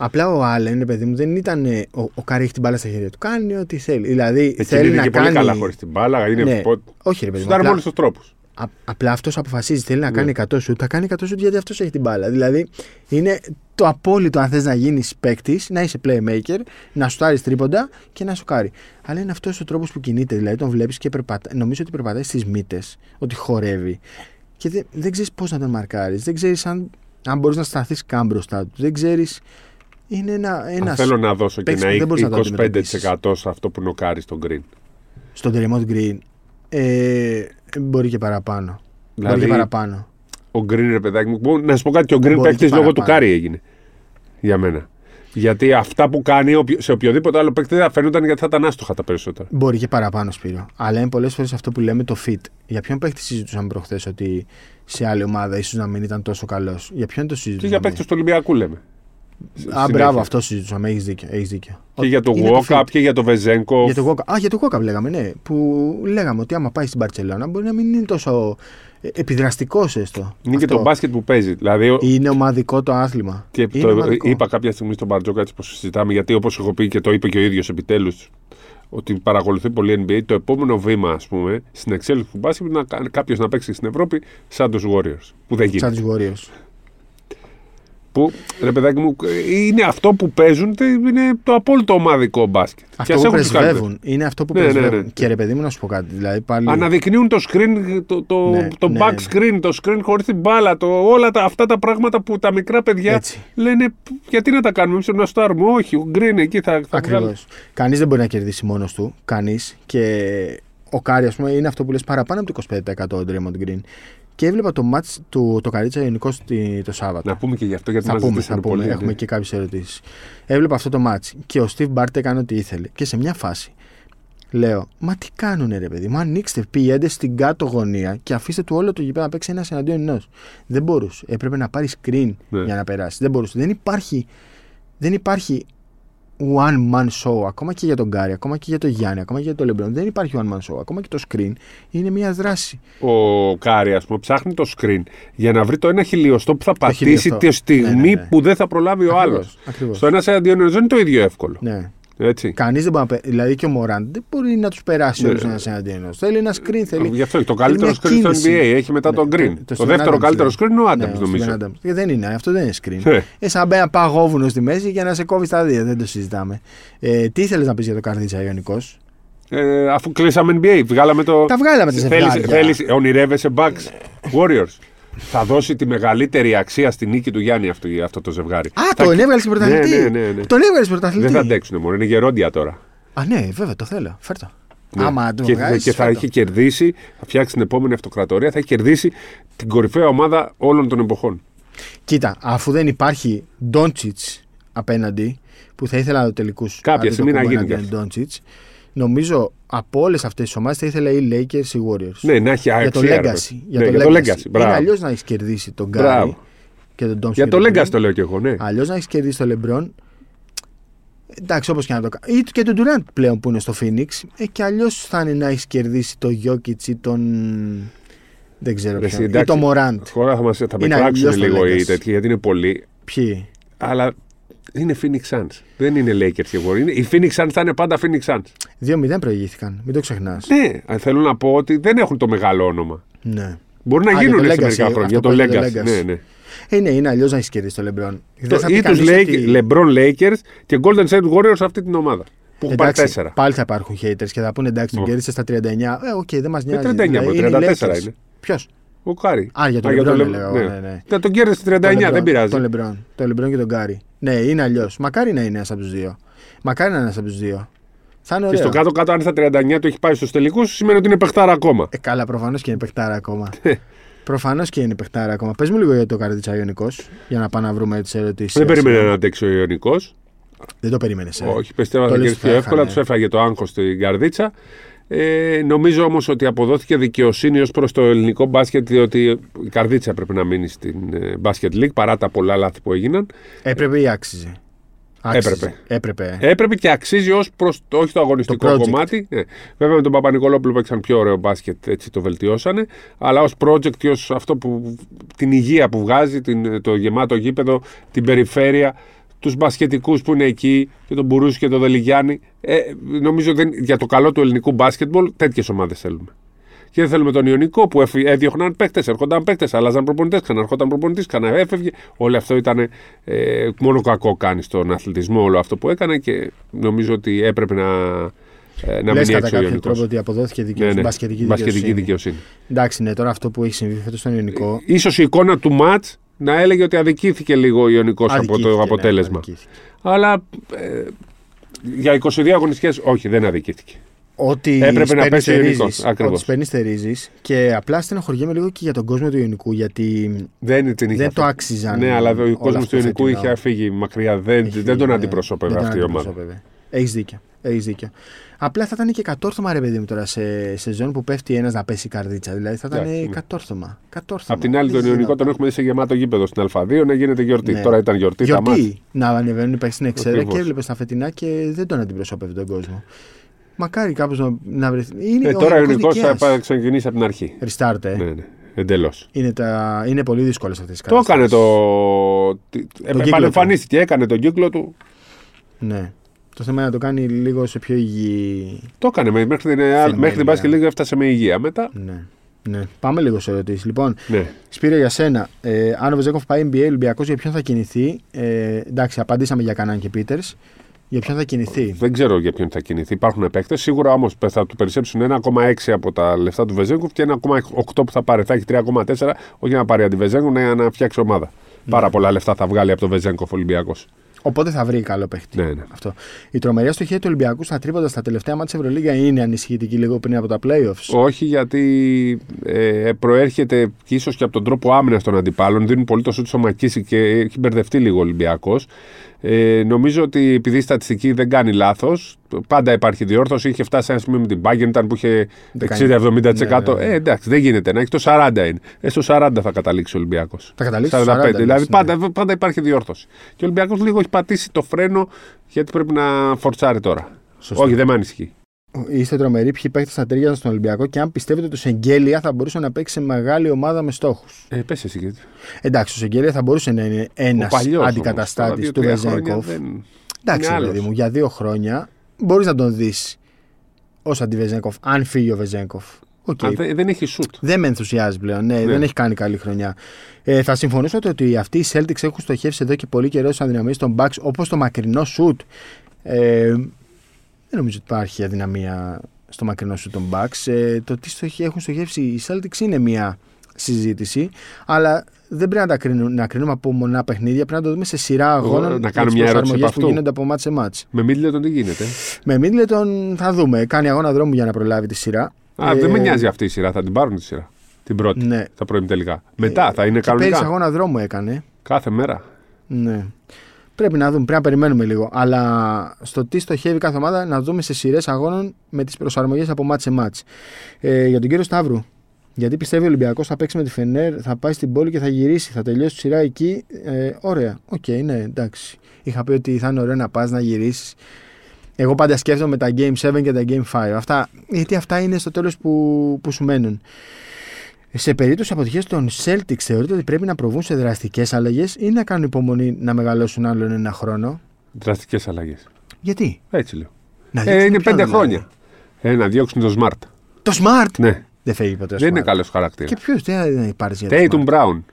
Speaker 2: Απλά ο Allen, ρε παιδί μου, δεν ήταν. ε, Ο, ο Κάρι έχει την μπάλα στα χέρια του. Κάνει ό,τι θέλει. Δηλαδή
Speaker 3: Εκείνη
Speaker 2: θέλει
Speaker 3: είναι
Speaker 2: να
Speaker 3: και
Speaker 2: κάνει.
Speaker 3: πολύ καλά χωρίς την μπάλα. Είναι
Speaker 2: Ναι.
Speaker 3: πο-
Speaker 2: Όχι, ρε παιδί μου.
Speaker 3: Σουτάρει
Speaker 2: απλά-
Speaker 3: μόνο στους τρόπους.
Speaker 2: Α- απλά αυτός αποφασίζει. Θέλει
Speaker 3: Ναι.
Speaker 2: να κάνει 100 σουτ. Θα κάνει 100 σουτ γιατί αυτός έχει την μπάλα. Δηλαδή είναι το απόλυτο αν θες να γίνεις παίκτης, να είσαι playmaker, να σουτάρεις τρίποντα και να σοκάρει. Αλλά είναι αυτός ο τρόπος που κινείται. Δηλαδή τον βλέπεις και περπατάει. Νομίζω ότι περπατάει στις μύτες, ότι χορεύει. Και δεν, δεν ξέρεις πώς να τον μαρκάρεις. Δεν ξέρεις αν, αν μπορείς να σταθείς καν μπροστά του. Δεν ξέρεις. Είναι ένα.
Speaker 3: Αν
Speaker 2: ένας
Speaker 3: θέλω να δώσω και
Speaker 2: παίκτης
Speaker 3: ένα
Speaker 2: που δεν μπορείς να το
Speaker 3: 25% σε αυτό που νοκάρεις στον Green.
Speaker 2: Στον Dermot Green. Ε, μπορεί και παραπάνω.
Speaker 3: Δηλαδή,
Speaker 2: μπορεί και παραπάνω.
Speaker 3: Ο Green, ρε παιδάκι μου. που- Να σου πω κάτι, και ο Green
Speaker 2: Μπορεί
Speaker 3: παίκτης
Speaker 2: και
Speaker 3: λόγω του
Speaker 2: παραπάνω.
Speaker 3: Κάρι έγινε. Για μένα. Γιατί αυτά που κάνει οποιο- σε οποιοδήποτε άλλο παίκτη δεν θα φαίνονταν γιατί θα ήταν άστοχα τα περισσότερα.
Speaker 2: Μπορεί και παραπάνω, Σπύρο. Αλλά είναι πολλές φορές αυτό που λέμε το fit. Για ποιον παίκτη συζητούσαμε προχθές ότι σε άλλη ομάδα ίσως να μην ήταν τόσο καλός. Για ποιον το
Speaker 3: Και
Speaker 2: συζητούσαμε.
Speaker 3: για παίκτες του Ολυμπιακού λέμε.
Speaker 2: Α,
Speaker 3: Συνέχεια.
Speaker 2: μπράβο, αυτό συζητούσαμε. Έχεις δίκιο. Έχεις δίκιο.
Speaker 3: Και για τον
Speaker 2: Είναι το
Speaker 3: Walkup
Speaker 2: fit.
Speaker 3: και για τον Βεζέγκο.
Speaker 2: Για το Walkup. Α, για το Walkup λέγαμε, ναι. Που λέγαμε ότι άμα πάει στην Παρσελόνα μπορεί να μην είναι τόσο επιδραστικός έστω.
Speaker 3: Είναι και
Speaker 2: Αυτό.
Speaker 3: το μπάσκετ που παίζει. Δηλαδή, ο-
Speaker 2: Είναι ομαδικό το άθλημα.
Speaker 3: Και
Speaker 2: είναι
Speaker 3: το
Speaker 2: ομαδικό.
Speaker 3: είπα κάποια στιγμή στον Μπαρτζόκατ που συζητάμε, γιατί όπως έχω πει και το είπε και ο ίδιος επιτέλους, ότι παρακολουθεί πολύ NBA, το επόμενο βήμα, ας πούμε, στην εξέλιξη του μπάσκετ είναι κάποιος να παίξει στην Ευρώπη σαν τους Warriors. Που δεν γίνεται.
Speaker 2: Σαν τους Warriors.
Speaker 3: Που Που ρε παιδάκι μου, ε, είναι αυτό που παίζουν, τε- είναι το απόλυτο ομαδικό μπάσκετ. Και
Speaker 2: Αυτό
Speaker 3: ας
Speaker 2: που
Speaker 3: έχουν τους καλύτερους.
Speaker 2: πρεσβεύουν. Είναι αυτό που
Speaker 3: Ναι, ναι,
Speaker 2: πρεσβεύουν.
Speaker 3: ναι.
Speaker 2: Και ρε παιδί μου να σου πω κάτι. Δηλαδή πάλι.
Speaker 3: Αναδεικνύουν το screen, το, το,
Speaker 2: Ναι,
Speaker 3: το
Speaker 2: ναι,
Speaker 3: back
Speaker 2: ναι.
Speaker 3: screen, το screen χωρίς την μπάλα, το, όλα τα, αυτά τα πράγματα που τα μικρά παιδιά
Speaker 2: Έτσι.
Speaker 3: λένε γιατί να τα κάνουμε, εμείς να στάρουμε, όχι, ο Green εκεί θα, θα
Speaker 2: Ακριβώς. Κανείς δεν μπορεί να κερδίσει μόνος του. Κανείς. Και ο Κάρι, ας πούμε, είναι αυτό που λες παραπάνω από το 25% ο Draymond Green. Και έβλεπα το μάτς του το Καρίτσα Ιωνικό το Σάββατο.
Speaker 3: Να πούμε και γι' αυτό γιατί
Speaker 2: Θα
Speaker 3: μας
Speaker 2: πούμε, θα
Speaker 3: ζητήσανε
Speaker 2: πούμε.
Speaker 3: πολύ. ναι.
Speaker 2: Έχουμε και κάποιες ερωτήσεις. Έβλεπα αυτό το μάτς και ο Steve Bart έκανε ό,τι ήθελε. Και σε μια φάση λέω: Μα τι κάνουνε, ρε παιδί μου, ανοίξτε, πηγαίνετε στην κάτω γωνία και αφήστε του όλο το γηπέδο να παίξει ένας εναντίον ενός. Δεν μπορούσε. Έπρεπε να πάρει screen
Speaker 3: Ναι.
Speaker 2: για να περάσει. Δεν μπορούσε. Δεν υπάρχει, δεν υπάρχει one man show ακόμα και για τον Γκάρι, ακόμα και για τον Γιάννη, ακόμα και για τον Λεμπρόν. Δεν υπάρχει one man show. Ακόμα και το screen είναι μια δράση.
Speaker 3: ο Κάρι, ας πούμε, ψάχνει το screen για να βρει το ένα χιλιοστό που θα πατήσει
Speaker 2: χιλιοστό.
Speaker 3: τη στιγμή
Speaker 2: Ναι, ναι, ναι.
Speaker 3: που δεν θα προλάβει ο άλλος.
Speaker 2: Ακριβώς, ακριβώς.
Speaker 3: Στο ένα εναντίον ενός δεν είναι το ίδιο εύκολο.
Speaker 2: Ναι.
Speaker 3: Έτσι.
Speaker 2: Κανείς δεν μπορεί να πε- Δηλαδή και ο Μωράν δεν μπορεί να τους περάσει
Speaker 3: Ναι.
Speaker 2: όλου ένας εναντίον ενός. Θέλει ένα screen, θέλει.
Speaker 3: Γι' αυτό έχει το
Speaker 2: θέλει
Speaker 3: καλύτερο
Speaker 2: μια
Speaker 3: screen στο
Speaker 2: κίνηση.
Speaker 3: NBA. Έχει μετά τον
Speaker 2: Ναι,
Speaker 3: Green. Το,
Speaker 2: Steven
Speaker 3: δεύτερο
Speaker 2: Adams,
Speaker 3: καλύτερο
Speaker 2: λέει.
Speaker 3: screen είναι ο
Speaker 2: Ναι,
Speaker 3: Adams,
Speaker 2: Steven
Speaker 3: νομίζω.
Speaker 2: Adams. Και δεν είναι, αυτό δεν είναι screen.
Speaker 3: Ναι.
Speaker 2: Ε, σαν να μπει ένα παγόβουνος στη μέση για να σε κόβεις τα δύο. Δεν το συζητάμε. Ε, τι ήθελε να πεις για το καρδίτσα Ιωνικός.
Speaker 3: Ε, αφού κλείσαμε NBA, βγάλαμε το.
Speaker 2: Τα βγάλαμε τα
Speaker 3: Θέλεις-
Speaker 2: ζευγάρια.
Speaker 3: θέλεις- ονειρεύεσαι Bucks, Warriors. θα δώσει τη μεγαλύτερη αξία στη νίκη του Γιάννη αυτό, αυτό το ζευγάρι.
Speaker 2: Α,
Speaker 3: Θα-
Speaker 2: τον έβγαλε πρωταθλητή.
Speaker 3: Ναι, ναι, ναι, ναι.
Speaker 2: Τον έβγαλε πρωταθλητή.
Speaker 3: Δεν θα αντέξουν μόνο, είναι γερόντια τώρα.
Speaker 2: Α, ναι, βέβαια, το θέλω. Φέρτο.
Speaker 3: Ναι.
Speaker 2: Άμα το
Speaker 3: και,
Speaker 2: βγάλεις,
Speaker 3: και θα
Speaker 2: φέρτο.
Speaker 3: έχει κερδίσει, θα φτιάξει την επόμενη αυτοκρατορία, θα έχει κερδίσει την κορυφαία ομάδα όλων των εποχών.
Speaker 2: Κοίτα, αφού δεν υπάρχει Ντόντσιτ απέναντι, που θα ήθελα τελικούς
Speaker 3: Κάποια στιγμή να γίνει κι
Speaker 2: Ντόντσιτ, νομίζω από όλες αυτές τις ομάδες θα ήθελα οι Lakers ή Warriors.
Speaker 3: Ναι, να έχει
Speaker 2: για το
Speaker 3: αξία. ρε παιδί.
Speaker 2: Legacy.
Speaker 3: Ναι, για το Legacy.
Speaker 2: Είναι
Speaker 3: Μπράβο.
Speaker 2: αλλιώς να έχεις κερδίσει τον Γκάρι
Speaker 3: Μπράβο.
Speaker 2: και τον Ντόντσιτ.
Speaker 3: Για το Legacy το λέω και εγώ, ναι.
Speaker 2: Αλλιώς να έχεις κερδίσει τον LeBron. Εντάξει, όπως και να το κάνει. Ή και τον Durant πλέον που είναι στο Phoenix. Ε, και αλλιώς θα είναι να έχεις κερδίσει τον Jokic ή τον. Δεν ξέρω
Speaker 3: Ρε,
Speaker 2: ποιον. Ή
Speaker 3: εντάξει.
Speaker 2: τον Morant.
Speaker 3: Τώρα θα, μας, θα με
Speaker 2: Είναι
Speaker 3: κράξουν
Speaker 2: αλλιώς το
Speaker 3: λίγο οι
Speaker 2: Lakers.
Speaker 3: τέτοιοι, γιατί είναι πολλοί.
Speaker 2: Ποιοι.
Speaker 3: Αλλά είναι Phoenix Suns. Δεν είναι Lakers και Warriors. Είναι- Οι Phoenix Suns θα είναι πάντα Phoenix Suns.
Speaker 2: 2-0 προηγήθηκαν. Μην το ξεχνάς.
Speaker 3: Ναι, αλλά θέλω να πω ότι δεν έχουν το μεγάλο όνομα.
Speaker 2: Ναι.
Speaker 3: Μπορεί να
Speaker 2: Α, για
Speaker 3: γίνουν
Speaker 2: το
Speaker 3: σε
Speaker 2: Legacy,
Speaker 3: μερικά χρόνια. Για
Speaker 2: αυτό
Speaker 3: το
Speaker 2: που
Speaker 3: Legacy.
Speaker 2: έλεγε το Legacy.
Speaker 3: Ναι, ναι.
Speaker 2: Ε, ναι, είναι αλλιώς να έχεις κερδίσει το LeBron. Δεν
Speaker 3: Το-
Speaker 2: θα πει
Speaker 3: Ή τους
Speaker 2: κανείς ότι-
Speaker 3: LeBron Lakers και Golden State Warriors αυτή την ομάδα. Που έχουν πάρει
Speaker 2: Εντάξει,
Speaker 3: τέσσερα.
Speaker 2: Πάλι θα υπάρχουν haters και θα πούνε εντάξει, τον
Speaker 3: Ω.
Speaker 2: κέρδισε στα 39. Ε, οκ, δεν μας νοιάζει. Δηλαδή,
Speaker 3: 39, μα, 34 είναι.
Speaker 2: Ποιο.
Speaker 3: Ο Κάρι.
Speaker 2: Α, για τον LeBron
Speaker 3: Λε-
Speaker 2: έλεγα εγώ, ναι, ναι.
Speaker 3: Να τον κέρδισε 39, δεν πειράζει.
Speaker 2: Τον Λεμπρόν. Τον Λεμπρόν και τον Κάρι. Ναι, είναι αλλιώς. Μακάρι να είναι ένας από τους δύο. Μακάρι να είναι ένας από τους δύο. Θα είναι
Speaker 3: Και
Speaker 2: ωραίο.
Speaker 3: στο κάτω-κάτω, αν στα 39 του έχει πάει στους τελικούς, σημαίνει ότι είναι παιχτάρα ακόμα.
Speaker 2: Ε, καλά, προφανώς και είναι παιχτάρα ακόμα. προφανώς και είναι παιχτάρα ακόμα. Πες μου λίγο για το Καρδίτσα Ιωνικός, για να πάμε να βρούμε τις ερωτήσεις.
Speaker 3: Δεν περίμενε να αντέξει ο Ιωνικός.
Speaker 2: Δεν το περίμενες. Ε.
Speaker 3: Όχι, πιστεύω
Speaker 2: Το
Speaker 3: θα
Speaker 2: λες
Speaker 3: κερδιθεί
Speaker 2: που θα
Speaker 3: εύκολα.
Speaker 2: έχανε.
Speaker 3: Του έφαγε το άγχος στην καρδίτσα. Ε, νομίζω όμως ότι αποδόθηκε δικαιοσύνη ως προς το ελληνικό μπάσκετ, διότι η καρδίτσα πρέπει να μείνει στην ε, Basket League παρά τα πολλά λάθη που έγιναν.
Speaker 2: Έπρεπε ή άξιζε. Άξιζε.
Speaker 3: Έπρεπε. Ε,
Speaker 2: Έπρεπε.
Speaker 3: Έπρεπε και αξίζει ως προς το, όχι το αγωνιστικό
Speaker 2: Το project.
Speaker 3: κομμάτι. Ναι. Βέβαια με τον Παπα-Νικολόπουλο παίξαν πιο ωραίο μπάσκετ, έτσι το βελτιώσανε. Αλλά ως project και ως αυτό που. την υγεία που βγάζει, την, το γεμάτο γήπεδο, την περιφέρεια, τους μπασκετικούς που είναι εκεί και τον Μπουρούση και τον Δελιγιάννη. Ε, νομίζω δεν, για το καλό του ελληνικού μπάσκετμπολ τέτοιες ομάδες θέλουμε. Και δεν θέλουμε τον Ιωνικό που έφυ- έδιωχναν παίκτες, έρχονταν παίκτες, αλλάζαν προπονητές, ξαναρχόταν προπονητή, ξαναέφευγε. Όλο αυτό ήταν. Ε, μόνο κακό κάνει στον αθλητισμό όλο αυτό που έκανε και νομίζω ότι έπρεπε να, ε, να
Speaker 2: Λες
Speaker 3: μείνει
Speaker 2: κατά
Speaker 3: έξω ο
Speaker 2: κάποιο
Speaker 3: Ιωνικός.
Speaker 2: τρόπο ότι αποδόθηκε δικαιοσύνη. Μπασκετική,
Speaker 3: ναι. Μπασκετική
Speaker 2: δικαιοσύνη.
Speaker 3: δικαιοσύνη.
Speaker 2: Εντάξει, ναι, τώρα αυτό που έχει συμβεί φέτος στον Ιωνικό.
Speaker 3: Ίσως η εικόνα του ματ να έλεγε ότι αδικήθηκε λίγο ο Ιωνικός από
Speaker 2: αδικήθηκε,
Speaker 3: το
Speaker 2: ναι,
Speaker 3: αποτέλεσμα.
Speaker 2: αδικήθηκε.
Speaker 3: Αλλά ε, για 22 αγωνιστικές όχι, δεν αδικήθηκε.
Speaker 2: Ό,τι
Speaker 3: Έπρεπε να
Speaker 2: σπέρνεις
Speaker 3: πέσει ο
Speaker 2: θερίζεις,
Speaker 3: Ιωνικός, ακριβώς.
Speaker 2: Ό,τι σπέρνεις θερίζεις και απλά στενοχωριέμαι λίγο και για τον κόσμο του Ιωνικού γιατί
Speaker 3: Δεν, την είχε
Speaker 2: δεν
Speaker 3: αυτή.
Speaker 2: το άξιζαν.
Speaker 3: Ναι, αλλά ο
Speaker 2: όλα
Speaker 3: κόσμος
Speaker 2: αυτά
Speaker 3: του Ιωνικού
Speaker 2: φετινά.
Speaker 3: είχε φύγει μακριά. Δεν,
Speaker 2: Έχει-
Speaker 3: δεν τον
Speaker 2: ναι,
Speaker 3: αντιπροσώπευε
Speaker 2: δεν τον
Speaker 3: αυτή η ομάδα.
Speaker 2: αντιπροσώπευε. Έχεις δίκιο. Έχεις δίκιο. Απλά θα ήταν και κατόρθωμα ρε παιδί μου τώρα σε σεζόν που πέφτει ένας να πέσει η καρδίτσα. Δηλαδή θα ήταν
Speaker 3: Εντάξει, ναι.
Speaker 2: κατόρθωμα. κατόρθωμα.
Speaker 3: Απ' την άλλη,
Speaker 2: Δεν
Speaker 3: τον Ιωνικό
Speaker 2: γινόταν.
Speaker 3: τον έχουμε δει σε γεμάτο γήπεδο στην Α2 να γίνεται γιορτή.
Speaker 2: Ναι.
Speaker 3: Τώρα ήταν γιορτή, τα μάτια.
Speaker 2: Γιορτή να ανεβαίνουν οι παίκτες στην εξέδρα
Speaker 3: Ακριβώς.
Speaker 2: και έβλεπες τα φετινά και δεν τον αντιπροσώπευε τον κόσμο. Μακάρι κάπως να, να βρεθεί. Είναι
Speaker 3: Ε, τώρα ο Ιωνικός
Speaker 2: Ιωνικός
Speaker 3: θα
Speaker 2: δικαίας. Ε.
Speaker 3: πα- ξεκινήσει από την αρχή.
Speaker 2: Ριστάρτε.
Speaker 3: Ναι, ναι. Εντελώς.
Speaker 2: Είναι, τα... είναι πολύ δύσκολες αυτές τις
Speaker 3: Το
Speaker 2: καταστάσεις.
Speaker 3: έκανε το. τι-
Speaker 2: κύκλο
Speaker 3: Επανεμφανίστηκε, έκανε τον κύκλο του.
Speaker 2: Ναι. Το θέμα είναι να το κάνει λίγο σε πιο υγιή.
Speaker 3: Το έκανε. με- Μέχρι την,
Speaker 2: Θυμερία.
Speaker 3: μέχρι την Basket League έφτασε με υγεία. Μετά
Speaker 2: Ναι. Ναι. Πάμε λίγο σε ερωτήσεις. Λοιπόν,
Speaker 3: Ναι.
Speaker 2: Σπύρο για σένα. Ε, αν ο Βεζέκοφ πάει NBA, Ολυμπιακός για ποιον θα κινηθεί. Ε, εντάξει, απαντήσαμε για Κανάν και Πίτερ. Για ποιον θα κινηθεί.
Speaker 3: Δεν ξέρω για ποιον θα κινηθεί. Υπάρχουν παίκτε. Σίγουρα όμως θα του περισσέψουν 1,6 από τα λεφτά του Βεζέγκοφ και 1,8 που θα πάρει. Θα έχει 3,4 όχι για να πάρει αντιβεζέγκοφ, να, να φτιάξει ομάδα. Πάρα πολλά λεφτά θα βγάλει από τον Βεζέγκοφ Ολυμπιακός.
Speaker 2: Οπότε θα βρει καλό παίχτη.
Speaker 3: Ναι, ναι.
Speaker 2: Αυτό. Η τρομερή στοιχεία του Ολυμπιακού στα τρίποντα στα τελευταία μάτια της Ευρωλίγα είναι ανησυχητική λίγο πριν από τα playoffs.
Speaker 3: Όχι, γιατί ε, προέρχεται ίσως και από τον τρόπο άμυνας των αντιπάλων. Δίνουν πολύ το σούτ στο Μακίση και έχει μπερδευτεί λίγο ο Ολυμπιακός. Ε, νομίζω ότι επειδή η στατιστική δεν κάνει λάθος, πάντα υπάρχει διόρθωση. Είχε φτάσει σε ένα σημείο με την Bayern, ήταν που είχε 60-70%.
Speaker 2: Ναι, ναι.
Speaker 3: Ε, εντάξει, δεν γίνεται να έχει το 40 είναι. Ε, στο 40 θα καταλήξει ο Ολυμπιακός.
Speaker 2: Θα καταλήξει στο 40,
Speaker 3: δηλαδή
Speaker 2: λες, ναι.
Speaker 3: πάντα, πάντα υπάρχει διόρθωση. Και ο Ολυμπιακός λίγο έχει πατήσει το φρένο γιατί πρέπει να φορτσάρει τώρα.
Speaker 2: Σωστό.
Speaker 3: Όχι, δεν με ανησυχεί.
Speaker 2: Είστε τρομεροί ποιοι παίχτε θα ταιριάζουν στον Ολυμπιακό και αν πιστεύετε ότι ο Σεγγέλια θα μπορούσε να παίξει σε μεγάλη ομάδα με στόχους.
Speaker 3: Ε, πες εσύ γιατί.
Speaker 2: Εντάξει, ο Σεγγέλια θα μπορούσε να είναι ένας αντικαταστάτη του Βεζέγκοφ. Εντάξει,
Speaker 3: Είναι
Speaker 2: παιδί
Speaker 3: άλλος.
Speaker 2: μου, για δύο χρόνια μπορείς να τον δεις ως αντιβεζέγκοφ, αν φύγει ο Βεζέγκοφ. Οκ.
Speaker 3: δεν έχει σουτ.
Speaker 2: Δεν με ενθουσιάζει πλέον. Ναι, δεν έχει κάνει καλή χρονιά. Ε, θα συμφωνήσω το ότι αυτοί οι Celtics έχουν στοχεύσει εδώ και πολύ καιρό στις αδυναμίε των Bucks, όπως το μακρινό σουτ. Ε, δεν νομίζω ότι υπάρχει αδυναμία στο μακρινό σουτ των Bucks. Ε, το τι στοχε- έχουν στοχεύσει οι Celtics είναι μια συζήτηση, αλλά δεν πρέπει να τα κρίνουμε, να κρίνουμε από μονά παιχνίδια, πρέπει να το δούμε σε σειρά αγώνων
Speaker 3: να
Speaker 2: και
Speaker 3: κάνω
Speaker 2: τις
Speaker 3: μια ερώτηση
Speaker 2: προσαρμογές
Speaker 3: επ' αυτού.
Speaker 2: που γίνονται από μάτς σε μάτς.
Speaker 3: Με Μίτλετον τι γίνεται.
Speaker 2: Με Μίτλετον θα δούμε. Κάνει αγώνα δρόμου για να προλάβει τη σειρά.
Speaker 3: Α,
Speaker 2: Ε,
Speaker 3: δεν με νοιάζει αυτή η σειρά. Θα την πάρουν τη σειρά. Την πρώτη.
Speaker 2: Ναι. Ε,
Speaker 3: Τα πρώιμη τελικά. Μετά θα είναι
Speaker 2: Και πέρυσι
Speaker 3: κανονικά.
Speaker 2: αγώνα δρόμου έκανε.
Speaker 3: Κάθε μέρα.
Speaker 2: Ναι. Πρέπει να δούμε, πρέπει να περιμένουμε λίγο. Αλλά στο τι στοχεύει κάθε ομάδα να δούμε σε σειρές αγώνων με τις προσαρμογές από μάτ σε μάτ. Ε, για τον κύριο Σταύρου. Γιατί πιστεύει ο Ολυμπιακός θα παίξει με τη Φενέρ, θα πάει στην πόλη και θα γυρίσει, θα τελειώσει τη σειρά εκεί. Ε, ωραία. Οκ, ναι, εντάξει. Είχα πει ότι θα είναι ωραίο να πας να γυρίσεις. Εγώ πάντα σκέφτομαι τα Game 7 και τα Game 5. Αυτά, γιατί αυτά είναι στο τέλος που, που σου μένουν. Σε περίπτωση αποτυχίας των Celtics, θεωρείτε ότι πρέπει να προβούν σε δραστικές αλλαγές ή να κάνουν υπομονή να μεγαλώσουν άλλον ένα χρόνο.
Speaker 3: Δραστικές αλλαγές.
Speaker 2: Γιατί.
Speaker 3: Έτσι λέω.
Speaker 2: Να
Speaker 3: Ε,
Speaker 2: δείξουν
Speaker 3: είναι
Speaker 2: ποιον
Speaker 3: πέντε
Speaker 2: δηλαδή.
Speaker 3: χρόνια. Ε, να διώξουν το Smart.
Speaker 2: Το smart!
Speaker 3: Ναι.
Speaker 2: Δεν φεύγει ποτέ. ο
Speaker 3: Δεν
Speaker 2: smart.
Speaker 3: είναι καλός χαρακτήρας.
Speaker 2: Και ποιος δεν πάρεις για το
Speaker 3: Τέιτουμ
Speaker 2: smart.
Speaker 3: Μπράουν.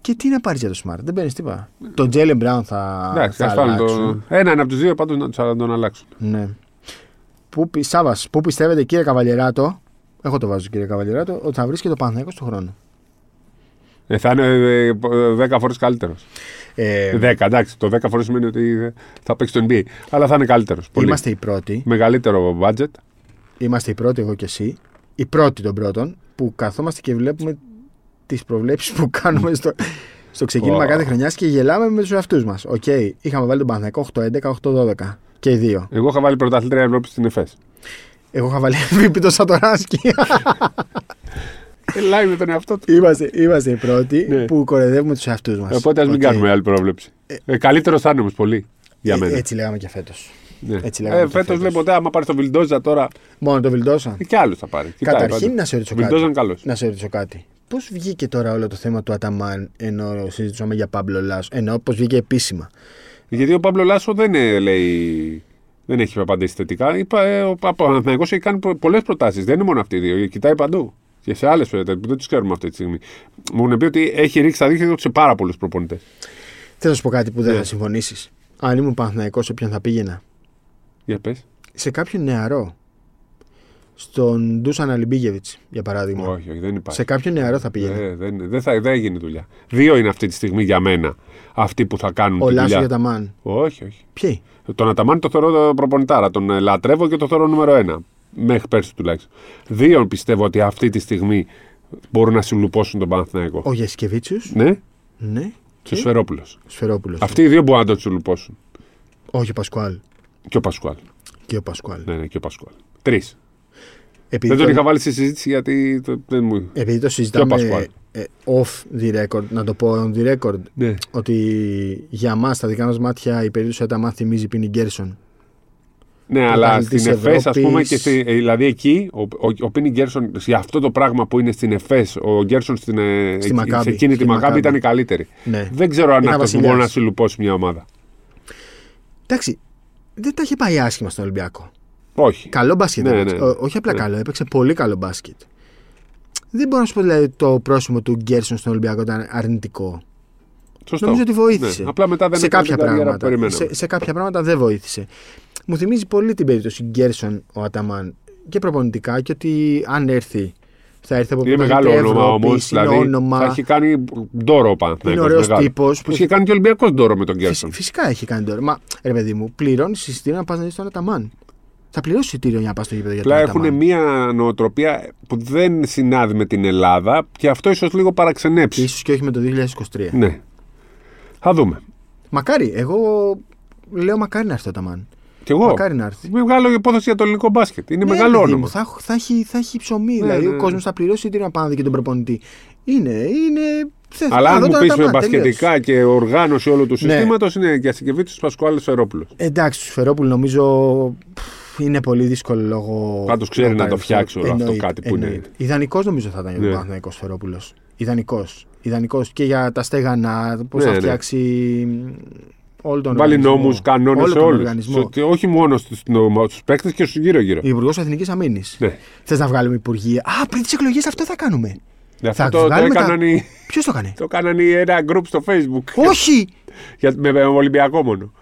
Speaker 2: Και τι να πάρεις για το smart. Δεν παίρνεις τίποτα. Τον Jalen Brown θα,
Speaker 3: Εντάξει,
Speaker 2: θα
Speaker 3: ας πάρουν το-
Speaker 2: αλλάξουν.
Speaker 3: Έναν από τους δύο πάντως να τους- να τον αλλάξουν.
Speaker 2: Ναι. Πού, πι- Σάβας, πού πιστεύετε κύριε Καβαλιεράτο, εγώ το βάζω κύριε Καβαλιεράτο, ότι θα βρει και το Παναθηναϊκό του χρόνου.
Speaker 3: Ε, θα είναι ε, ε, 10 φορές καλύτερος.
Speaker 2: Ε,
Speaker 3: 10, εντάξει. Το 10 φορές σημαίνει ότι θα παίξει το NBA. Αλλά θα είναι καλύτερος.
Speaker 2: είμαστε οι πρώτοι.
Speaker 3: Μεγαλύτερο budget.
Speaker 2: Είμαστε οι πρώτοι, εγώ και εσύ. Οι πρώτοι των πρώτων που καθόμαστε και βλέπουμε τις προβλέψεις που κάνουμε στο, στο ξεκίνημα
Speaker 3: Wow.
Speaker 2: κάθε χρονιάς και γελάμε με τους εαυτούς μας. Οκ, είχαμε βάλει τον Παναθηναϊκό 8-11, 8-12 και οι δύο.
Speaker 3: Εγώ είχα βάλει πρωταθλήτρια Ευρώπης στην ΕΦΕΣ.
Speaker 2: Εγώ είχα βάλει MVP τον Σατοράσκι.
Speaker 3: Ελάει Ε, με τον εαυτό του.
Speaker 2: είμαστε, είμαστε οι πρώτοι
Speaker 3: Ναι.
Speaker 2: που κορεδεύουμε τους εαυτούς μας.
Speaker 3: Ε, Οπότε ας μην κάνουμε άλλη πρόβλεψη. Ε, Καλύτερο θα είναι όμω πολύ για μένα.
Speaker 2: ε, έτσι λέγαμε και φέτος.
Speaker 3: ναι.
Speaker 2: έτσι λέγαμε και
Speaker 3: Φέτος
Speaker 2: φέτος.
Speaker 3: δεν ποτέ, άμα πάρει τον Βιλντόζα τώρα,
Speaker 2: Μόνο το Βιλντόσα.
Speaker 3: και άλλου θα πάρει. Ε, Κοιτάει
Speaker 2: Καταρχήν
Speaker 3: πάντα.
Speaker 2: να σε ρωτήσω
Speaker 3: Ο Βιλντόζα
Speaker 2: κάτι.
Speaker 3: είναι καλός.
Speaker 2: Να σε ρωτήσω κάτι. Πώς βγήκε τώρα όλο το θέμα του Αταμάν ενώ συζητούσαμε για Παύλο Λάσο, ενώ πώς βγήκε επίσημα. Ναι.
Speaker 3: Γιατί ο Παύλο Λάσο δεν ε, λέει. Δεν έχει απαντήσει θετικά. Είπα, ε, ο Πα- ο Παναθηναϊκός έχει κάνει πολλές προτάσεις. Δεν είναι μόνο αυτοί οι δύο. Κοιτάει παντού. Και σε άλλες που δεν τι ξέρουμε αυτή τη στιγμή. Μου έχουν πει ότι έχει ρίξει τα δίχτυα του σε πάρα πολλούς προπονητές.
Speaker 2: Θέλω να σου πω κάτι που δεν
Speaker 3: Ναι.
Speaker 2: θα συμφωνήσεις. Αν ήμουν Παναθυναϊκό, σε ποιον θα πήγαινα.
Speaker 3: Για πες.
Speaker 2: Σε κάποιον νεαρό. Στον Ντούσαν Αλιμπίγεβιτ, για παράδειγμα.
Speaker 3: Όχι, όχι, δεν υπάρχει.
Speaker 2: Ναι. Σε κάποιον νεαρό θα πήγαινα.
Speaker 3: Ε, δεν, δεν, θα, δεν έγινε δουλειά. Δύο είναι αυτή τη στιγμή για μένα αυτοί που θα κάνουν
Speaker 2: Ο
Speaker 3: τη
Speaker 2: Λάσος
Speaker 3: δουλειά.
Speaker 2: για τα Μαν.
Speaker 3: Όχι, όχι.
Speaker 2: Ποιοι.
Speaker 3: Τον Αταμάνη το θεωρώ προπονητάρα. Τον ε, λατρεύω και το θεωρώ νούμερο ένα. Μέχρι πέρσι τουλάχιστον. Δύο πιστεύω ότι αυτή τη στιγμή μπορούν να συλλουπώσουν τον Παναθηναϊκό.
Speaker 2: Ο Γιασκεβίτσιου.
Speaker 3: Ναι,
Speaker 2: Ναι.
Speaker 3: και ο Σφερόπουλος.
Speaker 2: Σφερόπουλος.
Speaker 3: Αυτοί οι δύο μπορούν να τον συλλουπώσουν.
Speaker 2: Όχι ο Πασκουάλ.
Speaker 3: Και ο Πασκουάλ.
Speaker 2: Και ο Πασκουάλ.
Speaker 3: Ναι, ναι, και ο Πασκουάλ. Τρεις.
Speaker 2: Επειδή,
Speaker 3: Δεν τον
Speaker 2: το...
Speaker 3: είχα βάλει στη συζήτηση γιατί το- δεν μου.
Speaker 2: επειδή το
Speaker 3: Και ο
Speaker 2: συζητάμε
Speaker 3: Πασκουάλ.
Speaker 2: ε, off the record, να το πω on the record,
Speaker 3: Ναι.
Speaker 2: ότι για μας, τα δικά μας μάτια, η περίπτωση Αταμάν θυμίζει πίνη Γκέρσον.
Speaker 3: Ναι, αλλά
Speaker 2: πρωταθλητής
Speaker 3: στην ΕΦΕΣ, ας
Speaker 2: Ευρώπης.
Speaker 3: πούμε, και στη, ε, δηλαδή εκεί, ο, ο, ο Πίνι Γκέρσον, για αυτό το πράγμα που είναι στην ΕΦΕΣ, ο Γκέρσον στην, ε,
Speaker 2: Στη Μακάμπη.
Speaker 3: σε εκείνη
Speaker 2: Στη
Speaker 3: τη Μακάμπη
Speaker 2: Μακάμπη.
Speaker 3: ήταν η καλύτερη.
Speaker 2: Ναι.
Speaker 3: Δεν ξέρω αν
Speaker 2: Ήταν
Speaker 3: αυτό
Speaker 2: βασιλιάς.
Speaker 3: μπορεί να συλλουπώσει μια ομάδα.
Speaker 2: Εντάξει, δεν τα είχε πάει άσχημα στον Ολυμπιακό.
Speaker 3: Όχι.
Speaker 2: Καλό μπάσκετ.
Speaker 3: Ναι,
Speaker 2: έπαιξε.
Speaker 3: ναι.
Speaker 2: Ο- όχι απλά
Speaker 3: Ναι.
Speaker 2: καλό, έπαιξε πολύ καλό μπάσκετ. Δεν μπορώ να σου πω δηλαδή το πρόσημο του Γκέρσον στον Ολυμπιακό ήταν αρνητικό.
Speaker 3: Σωστό.
Speaker 2: Νομίζω ότι βοήθησε.
Speaker 3: Ναι. Απλά μετά δεν
Speaker 2: σε
Speaker 3: έκανε
Speaker 2: κάποια,
Speaker 3: την καριέρα που
Speaker 2: πράγματα,
Speaker 3: περιμέναμε.
Speaker 2: σε, σε κάποια πράγματα δεν βοήθησε. Μου θυμίζει πολύ την περίπτωση Γκέρσον ο Αταμάν και προπονητικά και ότι αν έρθει θα έρθει από
Speaker 3: Είναι
Speaker 2: πρωταθλητή
Speaker 3: μεγάλο όνομα
Speaker 2: Ευρώπης,
Speaker 3: όμως.
Speaker 2: είναι
Speaker 3: Δηλαδή
Speaker 2: όνομα.
Speaker 3: θα έχει κάνει ντόρο ο Παναθηναϊκός,
Speaker 2: Είναι ωραίος
Speaker 3: μεγάλο.
Speaker 2: τύπος
Speaker 3: Που
Speaker 2: που-
Speaker 3: είχε κάνει και ο Ολυμπιακός ντόρο με τον
Speaker 2: Φυσ-
Speaker 3: Γκέρσον.
Speaker 2: Φυσικά έχει κάνει τώρα. Μα ρε παιδί μου, πληρώνεις εισιτήριο να πας να δεις τον Αταμάν. Θα πληρώσει εισιτήριο για να πας στο γήπεδο για τον
Speaker 3: Απλά
Speaker 2: Αταμάν.
Speaker 3: έχουν μια νοοτροπία που δεν συνάδει με την Ελλάδα και αυτό ίσως λίγο
Speaker 2: Και
Speaker 3: παραξενέψει.
Speaker 2: ίσως και όχι με το 2023.
Speaker 3: Ναι. Θα δούμε.
Speaker 2: Μακάρι, εγώ λέω μακάρι να έρθει ο Αταμάν.
Speaker 3: Κι εγώ.
Speaker 2: Μακάρι να έρθει.
Speaker 3: Μεγάλο υπόθεση για το ελληνικό μπάσκετ. Είναι
Speaker 2: Ναι,
Speaker 3: μεγάλο
Speaker 2: ρε παιδί
Speaker 3: όνομα.
Speaker 2: μου, Θα, έχ- θα, έχει, θα έχει ψωμί. δηλαδή
Speaker 3: ναι.
Speaker 2: ο κόσμος θα πληρώσει εισιτήριο να πάει να δει και τον προπονητή. Είναι. είναι θε-
Speaker 3: Αλλά
Speaker 2: θα
Speaker 3: αν
Speaker 2: δω
Speaker 3: μου
Speaker 2: τον
Speaker 3: πεις με
Speaker 2: Αταμάν,
Speaker 3: μπασκετικά και οργάνωση όλου του
Speaker 2: Ναι.
Speaker 3: συστήματος, είναι και Αστικεβίτσιο Πασκουάλης Φερόπουλος.
Speaker 2: τελείως. Εντάξει, του Φερόπουλου νομίζω πφ, είναι πολύ δύσκολο λόγο.
Speaker 3: Πάντως ξέρει να το
Speaker 2: παρελθόν.
Speaker 3: φτιάξει όλο αυτό κάτι που είναι.
Speaker 2: Ιδανικός νομίζω θα ήταν για τον
Speaker 3: Ναι.
Speaker 2: Παναθηναϊκός Φερόπουλος. Ιδανικός. Ιδανικός και για τα στέγανα, πώς
Speaker 3: Ναι,
Speaker 2: θα
Speaker 3: ναι.
Speaker 2: φτιάξει όλο τον
Speaker 3: Βάλει
Speaker 2: οργανισμό.
Speaker 3: νόμους, κανόνες
Speaker 2: Όλο
Speaker 3: σε
Speaker 2: τον
Speaker 3: όλους.
Speaker 2: οργανισμό. Ε,
Speaker 3: Όχι μόνο στους παίκτες και στους γύρω-γύρω.
Speaker 2: Υπουργός Εθνικής Αμήνης.
Speaker 3: Ναι.
Speaker 2: Θες να βγάλουμε υπουργεία. Α, πριν τις εκλογές αυτό θα κάνουμε.
Speaker 3: Ναι, αυτό
Speaker 2: Θα
Speaker 3: το, το,
Speaker 2: βγάλουμε τα-
Speaker 3: έκαναν οι-
Speaker 2: Ποιος το έκανε.
Speaker 3: το έκαναν οι- ένα group στο facebook.
Speaker 2: Όχι!
Speaker 3: Για, με, με Ολυμπιακό μόνο.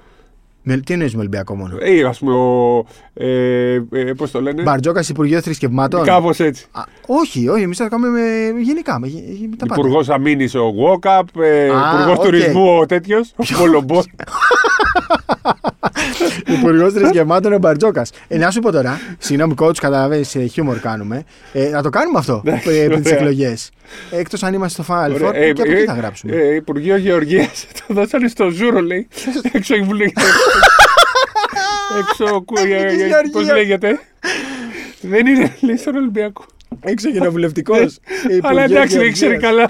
Speaker 2: Με, τι εννοεί με Ολυμπιακό μόνο.
Speaker 3: Ή ας πούμε ο. Ε, ε, Πώς το λένε.
Speaker 2: Μπαρτζόκας Υπουργείο Θρησκευμάτων.
Speaker 3: Κάπως έτσι.
Speaker 2: Α, όχι, όχι, εμείς θα το κάνουμε με, γενικά. Με, γε- με τα πάντα.
Speaker 3: Υπουργός Αμήνης ο Γουόκαπ, ε,
Speaker 2: Α,
Speaker 3: Υπουργός
Speaker 2: οκ.
Speaker 3: Τουρισμού ο τέτοιος. Ο Κολομπό.
Speaker 2: Υπουργό Θρησκευμάτων ο Μπαρτζόκας. Ε, να σου πω τώρα, συγγνώμη κότσου, καταλαβαίνει, χιούμορ κάνουμε. Ε, να το κάνουμε αυτό
Speaker 3: Εντάξει,
Speaker 2: ε, πριν τις
Speaker 3: ωραία.
Speaker 2: εκλογές. Εκτός αν είμαστε στο Final Four ε, και από εκεί θα γράψουμε.
Speaker 3: ε, Υπουργείο Γεωργίας. Το δώσανε στο Ζούρο, λέει. Έξω η Βουλή. Έξω.
Speaker 2: Εθνικής
Speaker 3: Πώ
Speaker 2: Γεωργίας.
Speaker 3: ε, λέγεται. Δεν είναι, λέει, στον Ολυμπιακό.
Speaker 2: Έξω κοινοβουλευτικό.
Speaker 3: ε, Αλλά εντάξει, δεν ξέρει καλά.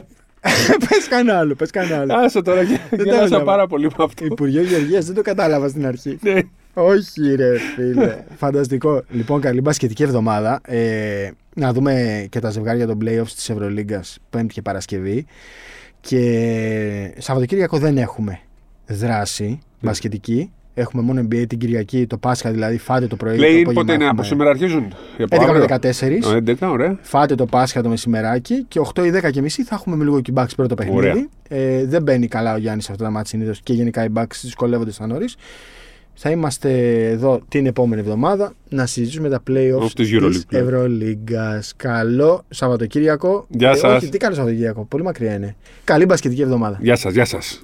Speaker 2: πε κανένα άλλο, πες κανένα άλλο.
Speaker 3: Άσε τώρα, γε-
Speaker 2: τα
Speaker 3: γέλασα
Speaker 2: έβλεπα.
Speaker 3: πάρα πολύ με αυτό.
Speaker 2: Υπουργείο Γεωργίας, δεν το κατάλαβα στην αρχή.
Speaker 3: Ναι.
Speaker 2: Όχι ρε φίλε. Φανταστικό. Λοιπόν, καλή μπασκετική εβδομάδα. Ε, να δούμε και τα ζευγάρια των playoffs της Ευρωλίγκας Πέμπτη και Παρασκευή. Και Σαββατοκύριακο δεν έχουμε δράση μπασκετική. Έχουμε μόνο NBA την Κυριακή, το Πάσχα δηλαδή. Φάτε το πρωί.
Speaker 3: Λέει
Speaker 2: το
Speaker 3: πότε είναι, από σήμερα αρχίζουν. ή από
Speaker 2: 11 με
Speaker 3: αύριο?
Speaker 2: 14.
Speaker 3: Α, 11, ωραία.
Speaker 2: Φάτε το Πάσχα το μεσημεράκι και 8 ή 10 και μισή θα έχουμε με λίγο και Bucks πρώτο
Speaker 3: Ωραία.
Speaker 2: παιχνίδι. Ε, δεν μπαίνει καλά ο Γιάννης σε αυτά τα μάτια συνήθως και γενικά οι Bucks δυσκολεύονται στα νωρίς. Θα είμαστε εδώ την επόμενη εβδομάδα να συζητήσουμε τα playoffs
Speaker 3: Of της Euroleague, ναι.
Speaker 2: Ευρωλίγκας. Καλό Σαββατοκύριακο. Ε,
Speaker 3: Γεια σας.
Speaker 2: όχι, τι καλό Σαββατοκύριακο. Πολύ μακριά είναι. Καλή μπασκετική εβδομάδα.
Speaker 3: Γεια σας, γεια σας.